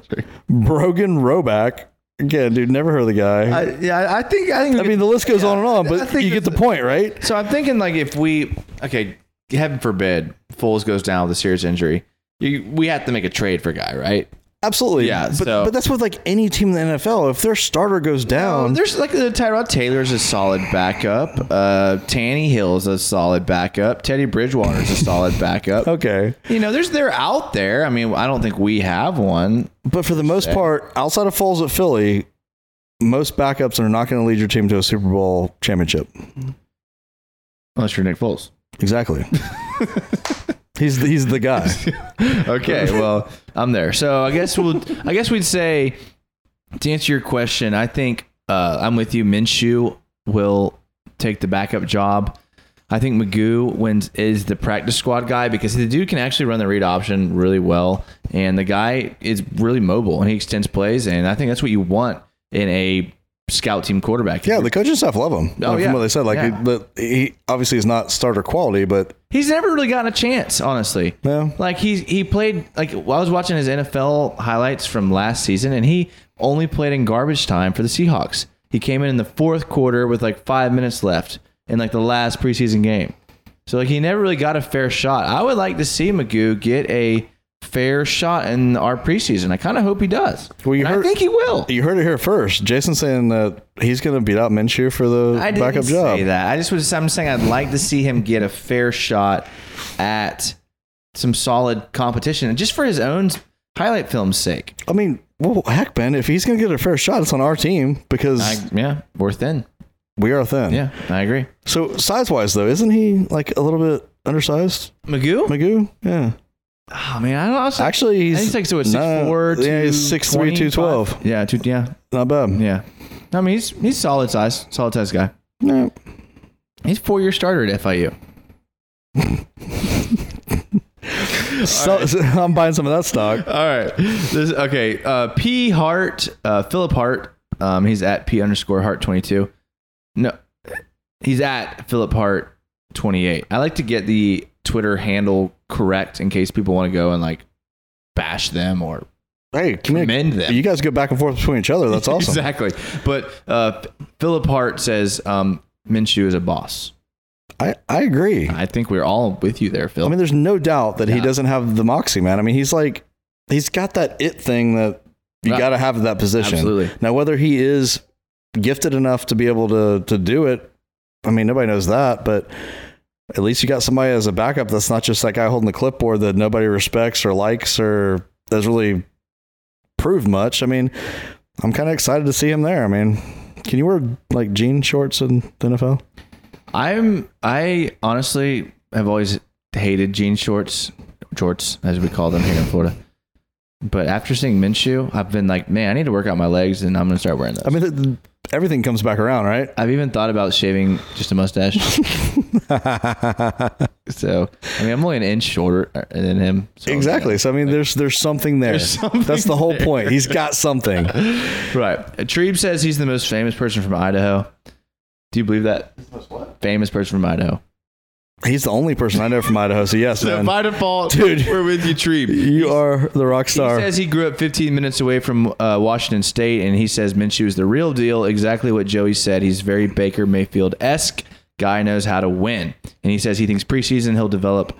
D: Brogan Roback. Again, dude, never heard of the guy. I,
C: I, Uh, yeah, I think I think we
D: mean, the list goes on and on,
C: I
D: but
C: think
D: you get the point, right?
C: So I'm thinking like if we okay, heaven forbid, Foles goes down with a serious injury, you, we have to make a trade for a guy, right?
D: Absolutely.
C: Yeah,
D: But,
C: so-
D: but that's with like any team in the NFL. If their starter goes down,
C: Um, There's like the Tyrod Taylor's a solid backup. Uh, Tanny Hill's a solid backup. Teddy Bridgewater's a solid backup.
D: *laughs* okay.
C: You know, there's they're out there. I mean, I don't think we have one.
D: But for the most part, outside of Foles at Philly, most backups are not going to lead your team to a Super Bowl championship.
C: Unless you're Nick Foles. *laughs*
D: Exactly. he's the, he's the guy.
C: *laughs* Okay, well, I'm there. So I guess we'll I guess we'd say to answer your question, I think uh, I'm with you. Minshew will take the backup job. I think Magoo wins is the practice squad guy because the dude can actually run the read option really well, and the guy is really mobile and he extends plays, and I think that's what you want in a scout team quarterback.
D: Yeah, the coaching staff love him.
C: Oh,
D: Like,
C: yeah.
D: From what they said, like
C: Yeah.
D: he, but he obviously is not starter quality, but
C: He's never really gotten a chance, honestly.
D: No.
C: Like he he played like well, I was watching his NFL highlights from last season, and he only played in garbage time for the Seahawks. He came in in the fourth quarter with like five minutes left in like the last preseason game. So like he never really got a fair shot. I would like to see Magoo get a fair shot in our preseason. I kind of hope he does.
D: Well, you
C: And I
D: heard-
C: think he will.
D: you heard it here first. Jason's saying that he's going to beat out Minshew for the
C: I didn't
D: backup
C: say
D: job.
C: that. I just was. I'm saying I'd like to see him get a fair shot at some solid competition, and just for his own highlight film's sake.
D: I mean, well, heck, Ben, if he's going to get a fair shot, it's on our team because
C: I, yeah, we're thin.
D: we are thin.
C: Yeah, I agree.
D: So size wise, though, isn't he like a little bit undersized?
C: Magoo?
D: Magoo? Yeah.
C: Oh man, I don't know. I was like-
D: Actually, he's
C: I think he's like so
D: no,
C: six four.
D: yeah, he's 6'3", 212.
C: Yeah, two, yeah,
D: Not bad.
C: yeah. I mean, he's he's solid size, solid size guy.
D: No.
C: He's four year starter at FIU.
D: So, *laughs* I'm buying some of that stock.
C: All right. This, okay. Uh, P Hart, uh, Philip Hart. Um, he's at P underscore Hart 22. No, he's at Philip Hart 28. I like to get the Twitter handle correct in case people want to go and like bash them or
D: Hey,
C: commend them.
D: You guys go back and forth between each other. That's
C: *laughs*
D: awesome.
C: exactly. But uh, Philip Hart says um, Minshew is a boss.
D: I, I agree.
C: I think we're all with you there, Phil.
D: I mean, there's no doubt that he
C: Yeah.
D: doesn't have the moxie, man. I mean, he's like, he's got that it thing that you
C: Right.
D: got to have at that position.
C: Absolutely.
D: Now, whether he is gifted enough to be able to to do it, I mean, nobody knows that, but at least you got somebody as a backup that's not just that guy holding the clipboard that nobody respects or likes or has really proved much. I mean, I'm kind of excited to see him there. I mean, can you wear like jean shorts in the NFL?
C: I'm I honestly have always hated jean shorts, shorts as we call them here in Florida. But after seeing Minshew, I've been like, man, I need to work out my legs, and I'm gonna start wearing those.
D: I mean, th- th- everything comes back around, right?
C: I've even thought about shaving just a *laughs* mustache. so I mean, I'm only an inch shorter uh, than him. So
D: Exactly. So I mean, there's there's something there. That's the whole point. He's got something.
C: Right. Trebe says he's the most famous person from Idaho. Do you believe that? Famous person from Idaho.
D: He's the only person I know from Idaho. So yes, man,
C: default,
D: Dude.
C: we're with you, Trebe.
D: you are the rock
C: He
D: star.
C: says he grew up 15 minutes away from uh, Washington State, and he says Minshew is the real deal. Exactly what Joey said. He's very Baker Mayfield esque. Guy knows how to win, and he says he thinks preseason he'll develop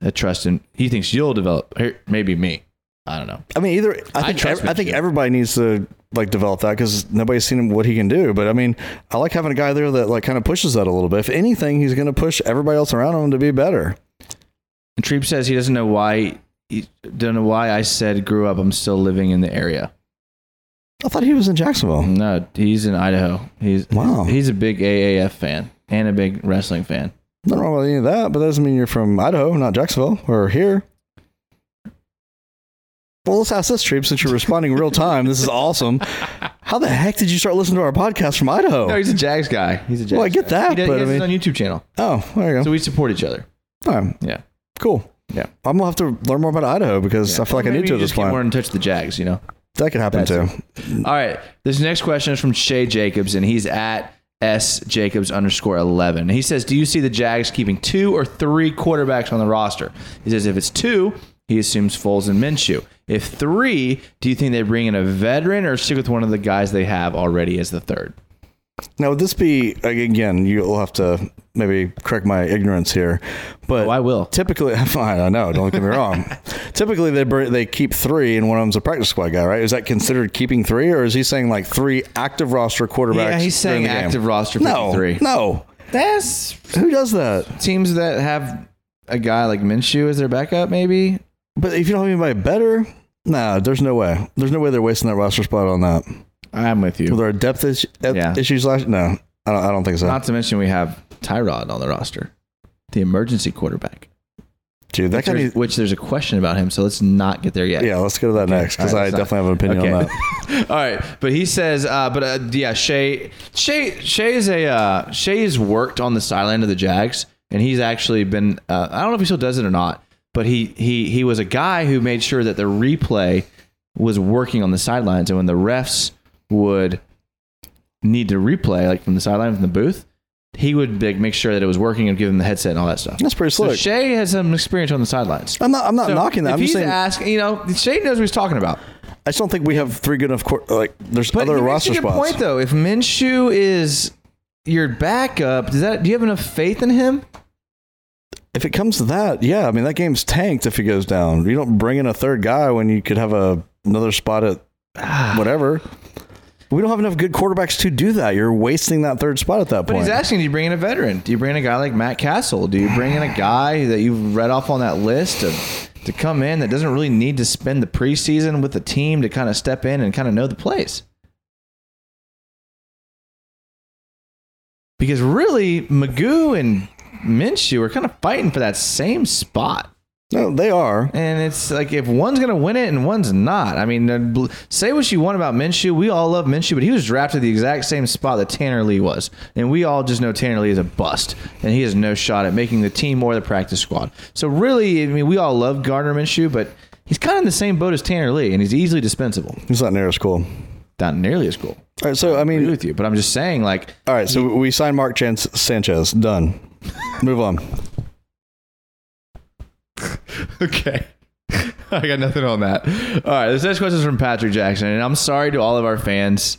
C: a trust in. He thinks you'll develop. here, Maybe me. I don't know.
D: I mean, either I think
C: trust
D: ev- I think
C: Minshew.
D: everybody needs to like develop that because nobody's seen him what he can do. But I mean, I like having a guy there that like kind of pushes that a little bit. If anything, he's going to push everybody else around him to be better.
C: And Treep says he doesn't know why. He don't know why I said grew up. I'm still living in the area.
D: I thought he was in Jacksonville.
C: No, he's in Idaho. He's
D: Wow.
C: He's a big AAF fan and a big wrestling fan.
D: Nothing wrong with any of that, but that doesn't mean you're from Idaho, not Jacksonville or here. well, let's ask this, Treep, since you're responding real time. This is awesome. How the heck did you start listening to our podcast from Idaho?
C: No, he's a Jags guy. He's a Jags.
D: Well, I get
C: guy.
D: that,
C: He, does,
D: but
C: he has
D: I
C: his own YouTube channel,
D: oh, there you go.
C: so we support each other.
D: All right,
C: Yeah,
D: cool.
C: yeah.
D: I'm gonna have to learn more about Idaho because I feel like I need to at this
C: just get
D: point.
C: more in touch with the Jags. You know.
D: that could happen too.
C: All right. This next question is from Shay Jacobs, and he's at S Jacobs underscore eleven. He says, "Do you see the Jags keeping two or three quarterbacks on the roster?" He says, "If it's two, he assumes Foles and Minshew. If three, do you think they bring in a veteran or stick with one of the guys they have already as the third?
D: Now, would this be again? You'll have to maybe correct my ignorance here, but
C: Oh, I will.
D: Typically, *laughs* fine. I know. Don't get
C: *laughs*
D: me wrong. typically, they br- they keep three, and one of them's a practice squad guy, right? Is that considered keeping three, or is he saying like three active roster quarterbacks?
C: Yeah, he's saying
D: during the game?
C: active roster
D: No,
C: 53.
D: no.
C: That's
D: Who does that?
C: teams that have a guy like Minshew as their backup, maybe.
D: But if you don't have anybody better, nah, there's no way. There's no way they're wasting that roster spot on that.
C: I'm with you.
D: Were there depth is- depth
C: Yeah.
D: issues last? No, I don't, I don't think so.
C: Not to mention we have Tyrod on the roster, the emergency quarterback.
D: Dude, that guy.
C: There's-
D: needs-
C: which there's a question about him, so let's not get there yet.
D: Yeah, let's go to that next because
C: All right,
D: I
C: let's not-
D: definitely have an opinion on
C: *laughs*
D: that.
C: Okay. *laughs* All right, but he says, uh, but uh, yeah, Shay, Shay, Shay is a uh, Shay has worked on the sideline of the Jags, and he's actually been. Uh, I don't know if he still does it or not, but he he he was a guy who made sure that the replay was working on the sidelines, and when the refs would need to replay, like from the sideline from the booth, he would big, make sure that it was working and give them the headset and all that stuff.
D: That's pretty
C: So
D: slick.
C: Shay has some experience on the sidelines.
D: I'm not. I'm not
C: So
D: knocking that.
C: If
D: I'm
C: he's
D: just saying.
C: asking, you know, Shay knows what he's talking about.
D: I just don't think we have three good enough. Court, like, there's
C: But
D: other
C: he makes
D: roster
C: a good
D: spots.
C: point though. If Minshew is your backup, does that do you have enough faith in him?
D: If it comes to that, yeah. I mean, that game's tanked if he goes down. You don't bring in a third guy when you could have a another spot at
C: Ah.
D: whatever. We don't have enough good quarterbacks to do that. You're wasting that third spot at that
C: But
D: point.
C: he's asking, do you bring in a veteran? Do you bring in a guy like Matt Castle? Do you bring in a guy that you've read off on that list of, to come in that doesn't really need to spend the preseason with the team to kind of step in and kind of know the place? Because really, Magoo and Minshew are kind of fighting for that same spot.
D: No, they are.
C: And it's like if one's gonna win it and one's not. I mean, uh, bl- say what you want about Minshew. We all love Minshew, but he was drafted the exact same spot that Tanner Lee was, and we all just know Tanner Lee is a bust, and he has no shot at making the team or the practice squad. So really, I mean, we all love Gardner Minshew, but he's kind of in the same boat as Tanner Lee, and he's easily dispensable.
D: He's not near as cool.
C: Not nearly as cool.
D: All right, so I
C: I agree
D: mean,
C: with you, but I'm just saying, like,
D: all right, so we signed Mark Chance Sanchez. Done. Move on.
C: *laughs* okay. *laughs* I got nothing on that. All right, this next question is from Patrick Jackson, and I'm sorry to all of our fans.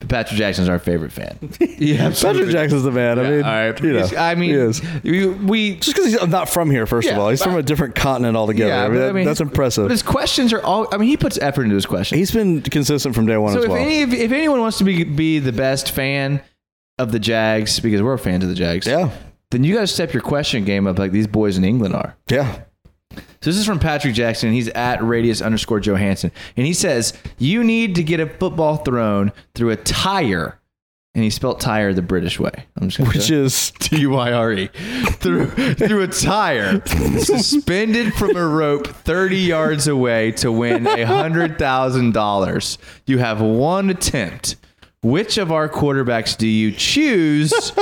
C: but Patrick Jackson's our favorite fan. *laughs* Yeah,
D: Patrick Jackson's the man. I mean,
C: all right.
D: you know,
C: I mean,
D: he is.
C: we, we
D: just because he's not from here, first
C: Yeah,
D: of all, he's from a different continent altogether. I mean,
C: but
D: that- that's
C: his-
D: impressive.
C: But his questions are all. I mean, he puts effort into his questions.
D: He's been consistent from day one
C: so
D: as
C: if
D: well.
C: any, if, if anyone wants to be be the best fan of the Jags, because we're fans of the Jags,
D: yeah,
C: then you got to step your question game up like these boys in England are.
D: yeah.
C: So this is from Patrick Jackson. and He's at radius underscore Johansson. And he says, You need to get a football thrown through a tire. And he spelled tire the British way. I'm just gonna
D: Which is
C: T Y R E. Through through a tire. Suspended from a rope 30 yards away to win $100,000. You have one attempt. Which of our quarterbacks do you choose?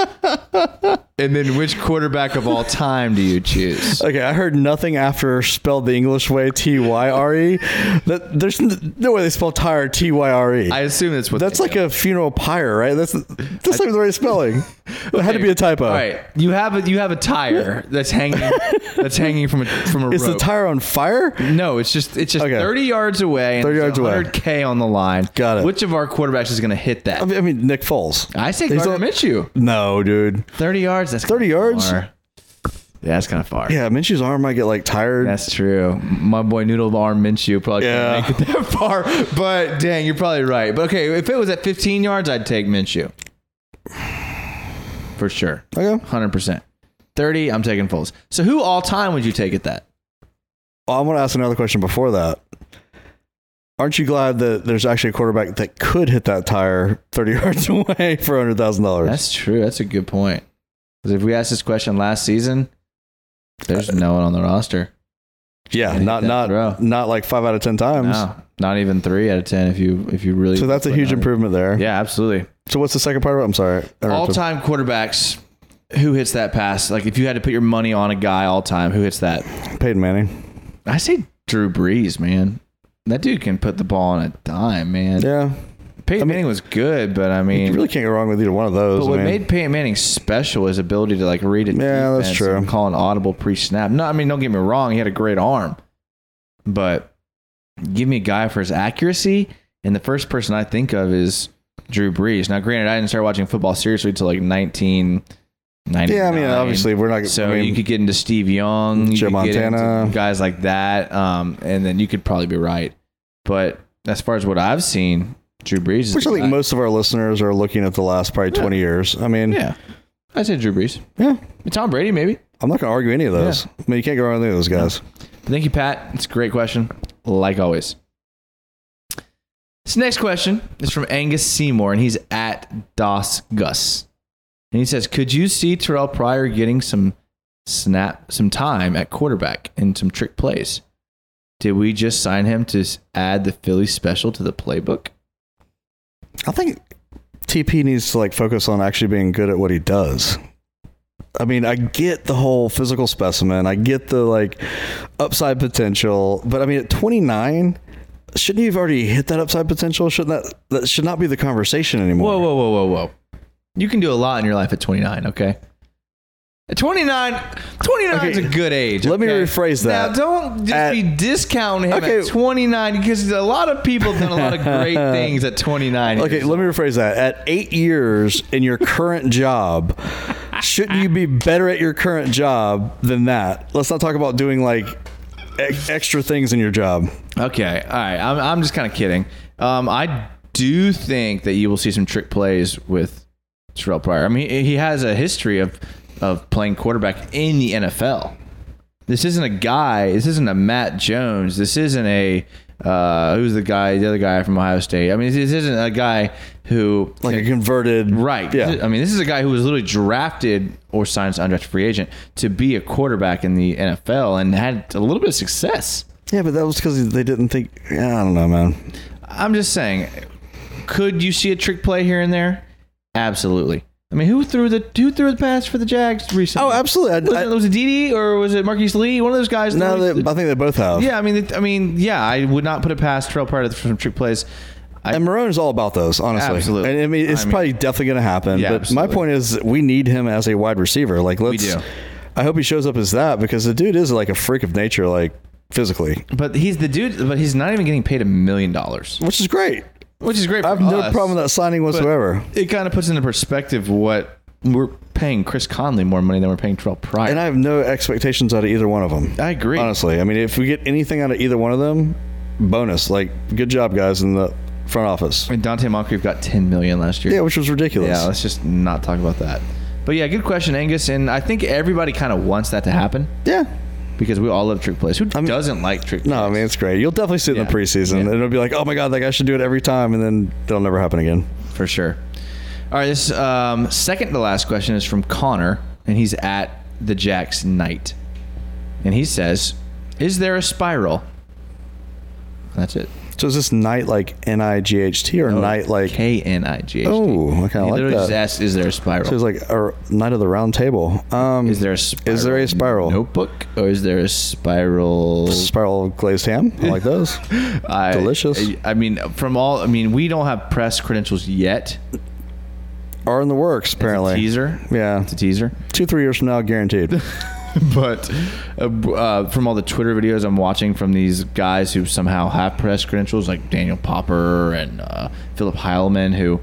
C: And then which quarterback of all time do you choose?
D: okay. I heard nothing after spelled the English way T Y R E. That there's n- no way they spell tire T Y R E.
C: I assume that's what
D: That's
C: they
D: like
C: do.
D: a funeral pyre, right? That's that's like the
C: *laughs*
D: right spelling. It had to be a typo.
C: All right, you have a you have a tire that's hanging that's hanging from a from a
D: Is
C: rope.
D: the tire on fire?
C: no, it's just it's just
D: Okay.
C: thirty yards away. And
D: 30 yards away.
C: K on the line.
D: Got it.
C: Which of our quarterbacks is going to hit that?
D: I mean, I mean, Nick Foles.
C: I say
D: He's
C: Gardner
D: not-
C: Minshew.
D: No, dude.
C: Thirty yards. That's
D: 30
C: kinda
D: yards?
C: Far. Yeah, that's kind of far.
D: Yeah, Minshew's arm might get like tired.
C: That's true. My boy Noodle Arm Minshew probably
D: Yeah.
C: can't make it that *laughs* far, but dang, you're probably right. But okay, if it was at 15 yards, I'd take Minshew for sure.
D: okay.
C: Hundred percent. Thirty. I'm taking Foles. So who all time would you take at that?
D: Well, I want to ask another question before that. Aren't you glad that there's actually a quarterback that could hit that tire 30 *laughs* yards away for $100,000?
C: That's true. That's a good point. Because if we asked this question last season, there's no one on the roster.
D: Yeah, not
C: that
D: not
C: throw.
D: not like five out of ten times.
C: No, not even three out of ten. If you if you really
D: So that's a huge improvement there.
C: Yeah, absolutely.
D: So what's the second part? of it? I'm sorry. I interrupted.
C: All time quarterbacks. Who hits that pass? Like if you had to put your money on a guy all time, who hits that?
D: Peyton Manning.
C: I say Drew Brees, man. That dude can put the ball on a dime, man.
D: Yeah,
C: Peyton Manning was good, but I mean,
D: you really can't go wrong with either one of those.
C: But what
D: I mean,
C: made Peyton Manning special is ability to like read it.
D: Yeah, that's true.
C: And call an audible pre-snap. No, I mean don't get me wrong. He had a great arm, but give me a guy for his accuracy, and the first person I think of is Drew Brees. Now, granted, I didn't start watching football seriously until like nineteen ninety.
D: Yeah, I mean, obviously, we're not-
C: So
D: I mean-
C: you could get into Steve Young, you
D: Joe
C: could get into
D: Montana.
C: guys like that, um, and then you could probably be right. But as far as what I've seen, Drew Brees is
D: which I
C: the
D: think
C: guy.
D: most of our listeners are looking at the last probably 20 years. I mean,
C: Yeah, I say Drew Brees.
D: yeah.
C: Tom Brady, maybe.
D: I'm not going to argue any of those. I mean, you can't go wrong with any of those guys.
C: Thank you, Pat. It's a great question, like always. This next question is from Angus Seymour, and he's at Dos Gus. And he says, Could you see Terrell Pryor getting some snap, some time at quarterback and some trick plays? Did we just sign him to s- add the Philly special to the playbook?
D: I think TP needs to like focus on actually being good at what he does. I mean, I get the whole physical specimen. I get the like upside potential, but I mean, at 29, shouldn't you've already hit that upside potential? Shouldn't that that should not be the conversation anymore?
C: Whoa, whoa, whoa, whoa, whoa. You can do a lot in your life at 29, okay? At 29, 29 is
D: Okay,
C: a good age.
D: let me
C: okay?
D: rephrase that.
C: Now, don't just
D: At-
C: be discounting him
D: Okay.
C: at 29 because a lot of people have done a lot of
D: *laughs*
C: great things at 29.
D: Okay,
C: years
D: let me rephrase that. At eight years in your current job, shouldn't you be better at your current job than that? Let's not talk about doing like e- extra things in your job.
C: Okay. All right. I'm, I'm just kind of kidding. Um, I do think that you will see some trick plays with Terrell Pryor. I mean, he has a history of, of playing quarterback in the NFL. This isn't a guy. This isn't a Matt Jones. This isn't a uh, who's the guy? The other guy from Ohio State. I mean, this isn't a guy who
D: Like a converted.
C: Right.
D: Yeah.
C: I mean, this is a guy who was literally drafted or signed as an undrafted free agent to be a quarterback in the NFL and had a little bit of success.
D: Yeah, but that was because they didn't think. Yeah, I don't know, man.
C: I'm just saying, could you see a trick play here and there? Absolutely. I mean, who threw the who threw the pass for the Jags recently?
D: Oh, absolutely.
C: Was,
D: I, I,
C: it, was it Didi or was it Marquise Lee? One of those guys.
D: no, they, I
C: threw-
D: think they both have.
C: yeah. I mean, it- I mean, yeah. I would not put it past Terrell Pryor from trick plays. I,
D: And Marone's all about those, honestly.
C: Absolutely.
D: And I mean, it's
C: I mean-
D: probably definitely going to happen.
C: Yeah,
D: but my
C: absolutely.
D: point is, that we need him as a wide receiver. Like, let's.
C: do.
D: I hope he shows up as that because the dude is like a freak of nature, like physically,
C: but he's the dude. But he's not even getting paid a million dollars,
D: which is great.
C: which is great.
D: I
C: for
D: have no
C: us.
D: problem with that signing whatsoever.
C: it kind of puts into perspective what we're paying Chris Conley more money than we're paying Terrell Pryor.
D: and I have no expectations out of either one of them.
C: I agree.
D: Honestly, I mean, if we get anything out of either one of them, bonus. Like, good job, guys, in the front office.
C: and Dante Moncrief got 10 million last year.
D: Yeah, which was ridiculous.
C: Yeah, let's just not talk about that. But yeah, good question, Angus. And I think everybody kind of wants that to happen
D: Yeah.
C: because we all love trick plays. Who
D: mean-
C: doesn't like trick plays?
D: No, I mean it's great. You'll definitely see it in the
C: Yeah.
D: preseason, and
C: Yeah.
D: it'll be like, oh my god, that guy should do it every time, and then it'll never happen again.
C: for sure. All right, this um, second to last question is from Connor, and he's at the Jacks Knight, and he says, "Is there a spiral?" That's it.
D: So is this night like N I G H T or night like? So
C: K N I G H T.
D: Oh, I kinda
C: He
D: like
C: literally
D: that.
C: Just asked, "Is there a spiral?"
D: it was like a night of the round table. Um,
C: is there a spiral
D: is there a spiral?
C: notebook or is there a spiral?
D: Spiral glazed ham. I like those.
C: *laughs* I-
D: Delicious.
C: I mean, from all, I mean, we don't have press credentials yet.
D: Are in the works apparently.
C: Teaser.
D: Yeah,
C: It's a teaser. *laughs*
D: two three years from now, guaranteed.
C: But uh, uh, from all the Twitter videos I'm watching from these guys who somehow have press credentials, like Daniel Popper and uh, Philip Heilman, who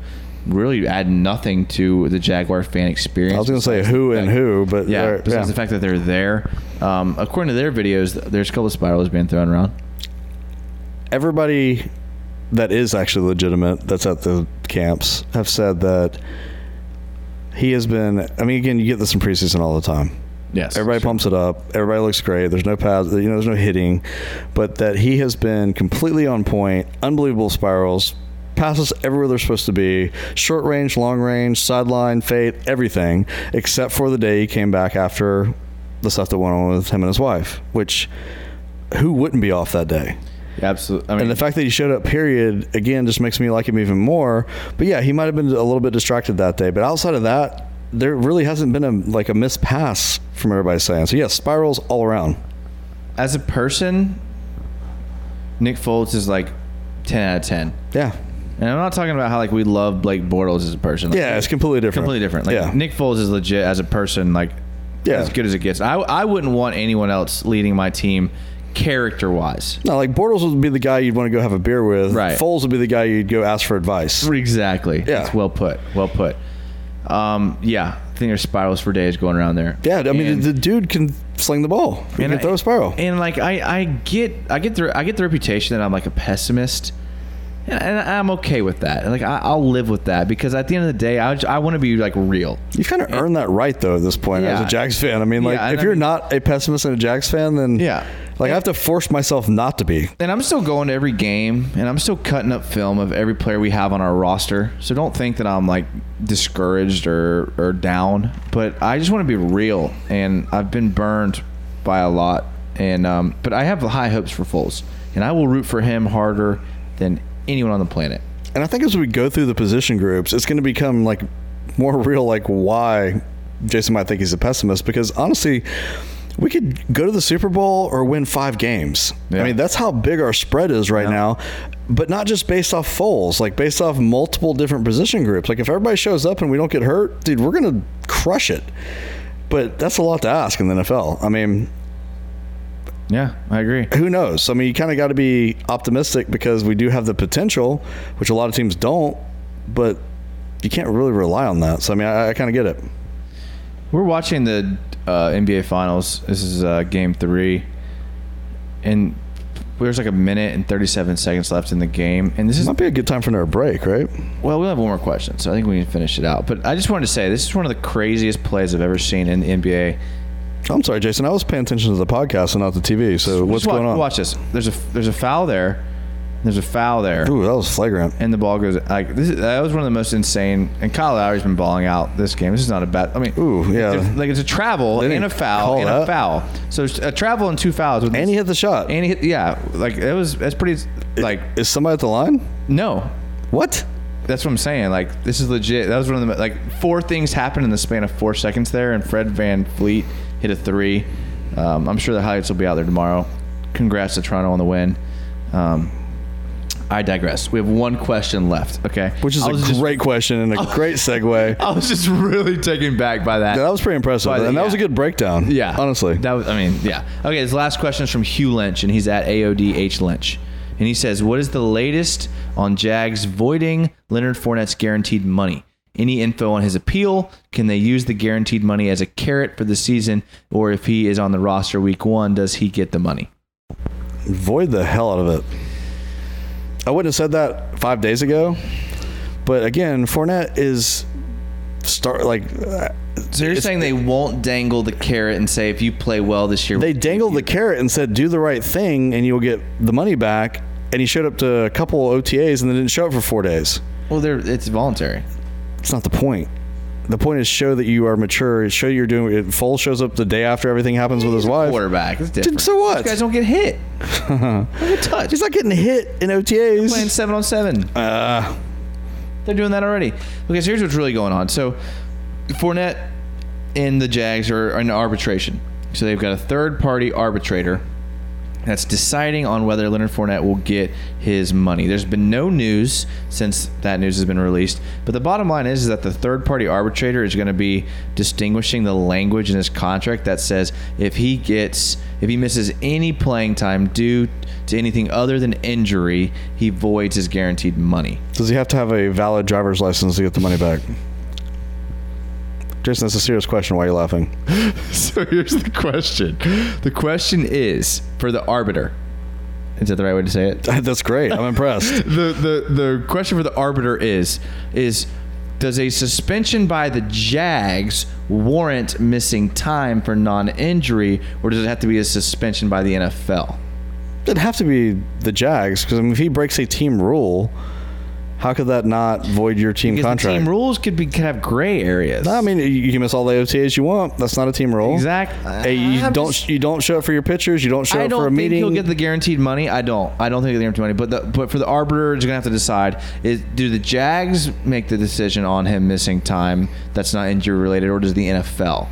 C: really add nothing to the Jaguar fan experience.
D: I was gonna say who and who, but
C: Yeah,
D: they're-
C: besides the fact that they're there. Um, according to their videos, th- there's a couple of spirals being thrown around.
D: everybody that is actually legitimate that's at the camps have said that he has been. I mean, again, you get this in preseason all the time.
C: Yes.
D: Everybody pumps it up. Everybody looks great. There's no pass. You know, there's no hitting, but that he has been completely on point. Unbelievable spirals, passes everywhere they're supposed to be. Short range, long range, sideline, fade, everything except for the day he came back after the stuff that went on with him and his wife, which who wouldn't be off that day?
C: Absolutely. I mean,
D: And the fact that he showed up, period, again, just makes me like him even more. But yeah, he might have been a little bit distracted that day. But outside of that, there really hasn't been a like a missed pass from everybody saying. So yeah, spirals all around.
C: as a person, Nick Foles is like ten out of ten.
D: Yeah,
C: And I'm not talking about how like we love Blake Bortles as a person. Like,
D: yeah, it's completely different.
C: completely different. Like
D: yeah,
C: Nick Foles is legit as a person, like
D: Yeah.
C: as good as it gets. I I wouldn't want anyone else leading my team character wise.
D: no, like Bortles would be the guy you'd want to go have a beer with.
C: Right.
D: Foles would be the guy you'd go ask for advice.
C: Exactly.
D: Yeah.
C: That's well put. Well put. Um, yeah. I think there's spirals for days going around there.
D: Yeah, I mean
C: And-
D: the, the dude can sling the ball. He can
C: I-
D: throw a spiral.
C: And like I, I get I get the I get the reputation that I'm like a pessimist, and, and I'm okay with that. And, Like I, I'll live with that because at the end of the day, I, j- I want to be like real.
D: You've kind of earned that right though at this point as
C: Yeah.
D: a Jags fan. I mean, like
C: Yeah, and
D: if
C: I
D: you're
C: mean-
D: not a pessimist and a Jags fan, then
C: Yeah.
D: like I have to force myself not to be.
C: And I'm still going to every game, and I'm still cutting up film of every player we have on our roster. So don't think that I'm like discouraged or or down. But I just want to be real, and I've been burned by a lot. And um, but I have high hopes for Foles, and I will root for him harder than anyone on the planet.
D: And I think as we go through the position groups, it's going to become like more real, like why Jason might think he's a pessimist. Because honestly, we could go to the Super Bowl or win five games.
C: Yeah.
D: I mean, that's how big our spread is right now. But not just based off foals, like based off multiple different position groups. Like if everybody shows up and we don't get hurt, dude, we're going to crush it. But that's a lot to ask in the NFL. I mean,
C: Yeah, I agree.
D: who knows? I mean, you kind of got to be optimistic because we do have the potential, which a lot of teams don't, but you can't really rely on that. So, I mean, I, I kind of get it.
C: We're watching the uh, NBA Finals. This is uh, Game Three, and there's like a minute and 37 seconds left in the game. And this is
D: Might be a good time for another break, right?
C: Well, we have one more question, so I think we can finish it out. But I just wanted to say this is one of the craziest plays I've ever seen in the NBA.
D: I'm sorry, Jason. I was paying attention to the podcast and not the TV. So, what's
C: Just wa-
D: going on?
C: Watch this. There's a there's a foul there. There's a foul there,
D: Ooh, that was flagrant.
C: and the ball goes like this. Is, that was one of the most insane. And Kyle Lowry's been balling out this game. This is not a bad. I mean,
D: Ooh, yeah.
C: there's- Like it's a travel
D: They didn't
C: and a foul
D: call
C: and a
D: that.
C: foul. So it's a travel and two fouls. With
D: And he hit the shot.
C: And he hit, yeah, like it was. That's pretty. Like
D: Is somebody at the line?
C: no,
D: What?
C: That's what I'm saying. Like this is legit. That was one of the like four things happened in the span of four seconds there, and Fred Van Fleet hit a three. Um, I'm sure the highlights will be out there tomorrow. Congrats to Toronto on the win. Um, I digress. We have one question left. Okay,
D: Which is
C: I
D: a
C: was just-
D: great question and a great
C: *laughs*
D: segue.
C: I was just really taken back by that.
D: Yeah, that was pretty impressive,
C: But,
D: and that
C: yeah.
D: was a good breakdown.
C: Yeah,
D: honestly.
C: that was. I mean, yeah. Okay, this last question is from Hugh Lynch, and he's at AODH Lynch, and he says, "What is the latest on Jags voiding Leonard Fournette's guaranteed money? Any info on his appeal? Can they use the guaranteed money as a carrot for the season, or if he is on the roster week one, does he get the money?"
D: void the hell out of it. I wouldn't have said that five days ago, but again, Fournette is start like uh,
C: So you're saying they won't dangle the carrot and say, "If you play well this year,
D: they dangled the carrot and said, "Do the right thing, and you'll get the money back." And he showed up to a couple OTAs and then didn't show up for four days.
C: well, they're, it's voluntary."
D: It's not the point. The point is show that you are mature. Show you're doing. It. Foles shows up the day after everything happens with his wife.
C: Quarterback, it's different.
D: so what?
C: These guys don't get
D: *laughs*
C: hit. don't get touched.
D: He's not getting hit in OTAs.
C: playing seven on seven. They're doing that already. Okay, so here's what's really going on. So Fournette and the Jags are in arbitration. So they've got a third party arbitrator that's deciding on whether Leonard Fournette will get his money. There's been no news since that news has been released, but the bottom line is, is that the third party arbitrator is going to be distinguishing the language in his contract that says if he gets if he misses any playing time due to anything other than injury, he voids his guaranteed money.
D: Does he have to have a valid driver's license to get the money back? Jason, that's a serious question. Why are
C: *laughs*
D: you laughing?
C: *laughs* So here's the question. The question is for the arbiter. Is that the right way to say it?
D: that's great. I'm
C: *laughs*
D: impressed.
C: the, the the question for the arbiter is is does a suspension by the Jags warrant missing time for non-injury, or does it have to be a suspension by the NFL?
D: It'd have to be the Jags because I mean, if he breaks a team rule, How could that not void your team
C: Because the
D: contract?
C: team rules could be could have gray areas.
D: No, I mean, you- you can miss all the OTAs you want. That's not a team rule.
C: exactly.
D: Hey, you don't you don't show up for your pictures. You don't show
C: I
D: up
C: don't
D: for a
C: think
D: meeting.
C: he'll get the guaranteed money. I don't. I don't think he'll get the guaranteed money. But the, but for the arbiter, is gonna have to decide: is do the Jags make the decision on him missing time that's not injury related, or does the NFL?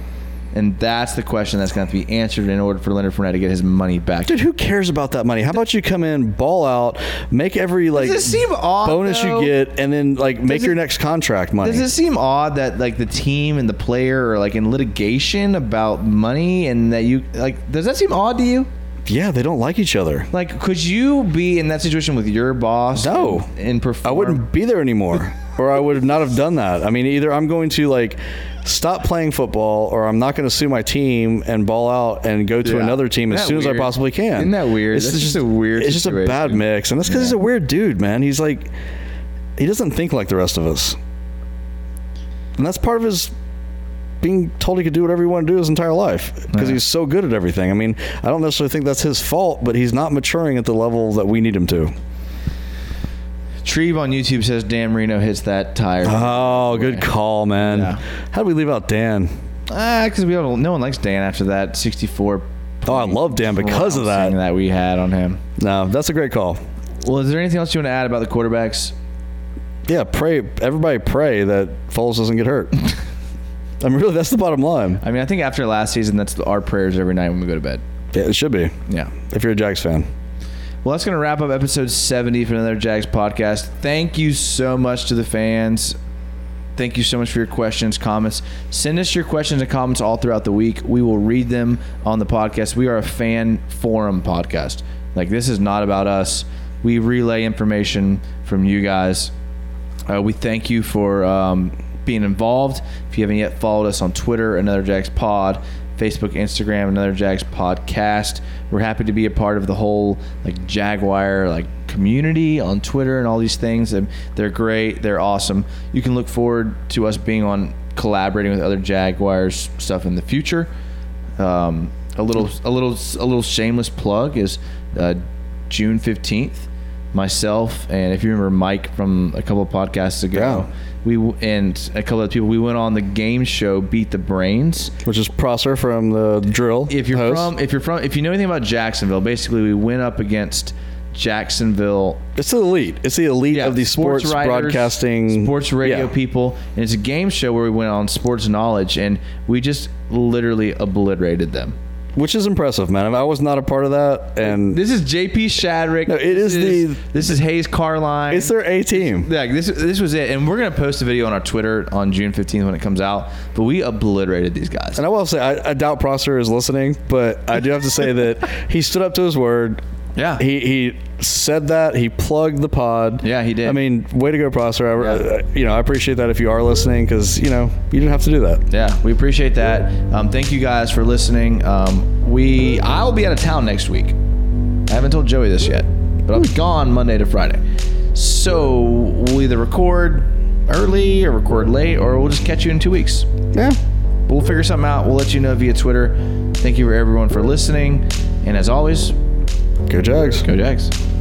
C: And that's the question that's gonna have to be answered in order for Leonard Fournette to get his money back.
D: Dude, who cares about that money? How about you come in, ball out, make every like
C: it seem odd,
D: bonus
C: though?
D: you get, and then like make
C: it-
D: your next contract money.
C: Does it seem odd that like the team and the player are like in litigation about money and that you like? Does that seem odd to you?
D: yeah, they don't like each other.
C: Like, could you be in that situation with your boss?
D: No.
C: and, and perform?
D: I wouldn't be there anymore, *laughs* or I would not have done that. I mean, either I'm going to like stop playing football, or I'm not going to sue my team and ball out and go to
C: Yeah.
D: another team as
C: Isn't that
D: soon as I
C: weird?
D: possibly can.
C: Isn't that weird?
D: It's
C: That's just a weird
D: It's just a bad
C: situation.
D: mix, and that's because he's a weird dude, man. He's like, he doesn't think like the rest of us, and that's part of his being told he could do whatever he wanted to do his entire life because he's so good at everything. I mean, I don't necessarily think that's his fault, but he's not maturing at the level that we need him to.
C: Treve on YouTube says Dan Marino hits that tire.
D: Oh, good call, man.
C: Yeah.
D: How do we leave out Dan?
C: Ah, because we all no one likes Dan after that 64.
D: Oh, I love Dan because of
C: trouncing
D: that.
C: that we had on him.
D: No, that's a great call.
C: Well, is there anything else you want to add about the quarterbacks?
D: Yeah, pray everybody pray that Foles doesn't
C: *laughs*
D: get hurt. I mean, really, that's the bottom line.
C: I mean, I think after last season, that's our prayers every night when we go to bed.
D: Yeah, it should be
C: Yeah.
D: if you're a Jags fan.
C: Well, that's going to wrap up episode 70 for another Jags podcast. Thank you so much to the fans. Thank you so much for your questions, comments. Send us your questions and comments all throughout the week. We will read them on the podcast. We are a fan forum podcast. Like, this is not about us. We relay information from you guys. Uh, we thank you for um, being involved. If you haven't yet followed us on Twitter, Another Jags Pod, Facebook, Instagram, Another Jags Podcast. We're happy to be a part of the whole like Jaguar like community on Twitter and all these things. And they're great. They're awesome. You can look forward to us being on collaborating with other Jaguars stuff in the future. Um, a little, a little, a little shameless plug is uh, June fifteenth. Myself and if you remember Mike from a couple of podcasts ago,
D: Yeah.
C: we w- and a couple of people we went on the game show Beat the Brains.
D: Which is Prosser from the drill.
C: If you're
D: host.
C: from, if you're from, if you know anything about Jacksonville, basically we went up against Jacksonville
D: it's the elite. It's the elite of the sports,
C: writers,
D: broadcasting,
C: sports radio
D: Yeah.
C: people, and it's a game show where we went on sports knowledge and we just literally obliterated them.
D: which is impressive, man. I, mean, I was not a part of that, and
C: This is JP Shadrick.
D: No, it
C: this
D: is the-
C: This is Hayes Carline.
D: it's their A team.
C: yeah, this this was it, and we're gonna post a video on our Twitter on June fifteenth when it comes out. But we obliterated these guys.
D: And I will say, I, I doubt Prosser is listening, but I do have to say that he stood up to his word.
C: Yeah.
D: He, he said that. He plugged the pod.
C: Yeah, he did.
D: I mean, way to go, Prosser. I, uh,
C: Yeah.
D: you know, I appreciate that if you are listening because, you know, you didn't have to do that.
C: Yeah, we appreciate that. Um, thank you guys for listening. Um, we I will be out of town next week. I haven't told Joey this yet, but I'll be gone Monday to Friday. So we'll either record early or record late, or we'll just catch you in two weeks.
D: Yeah.
C: But we'll figure something out. We'll let you know via Twitter. Thank you for everyone for listening, and as always,
D: Go, Jags.
C: go Jags.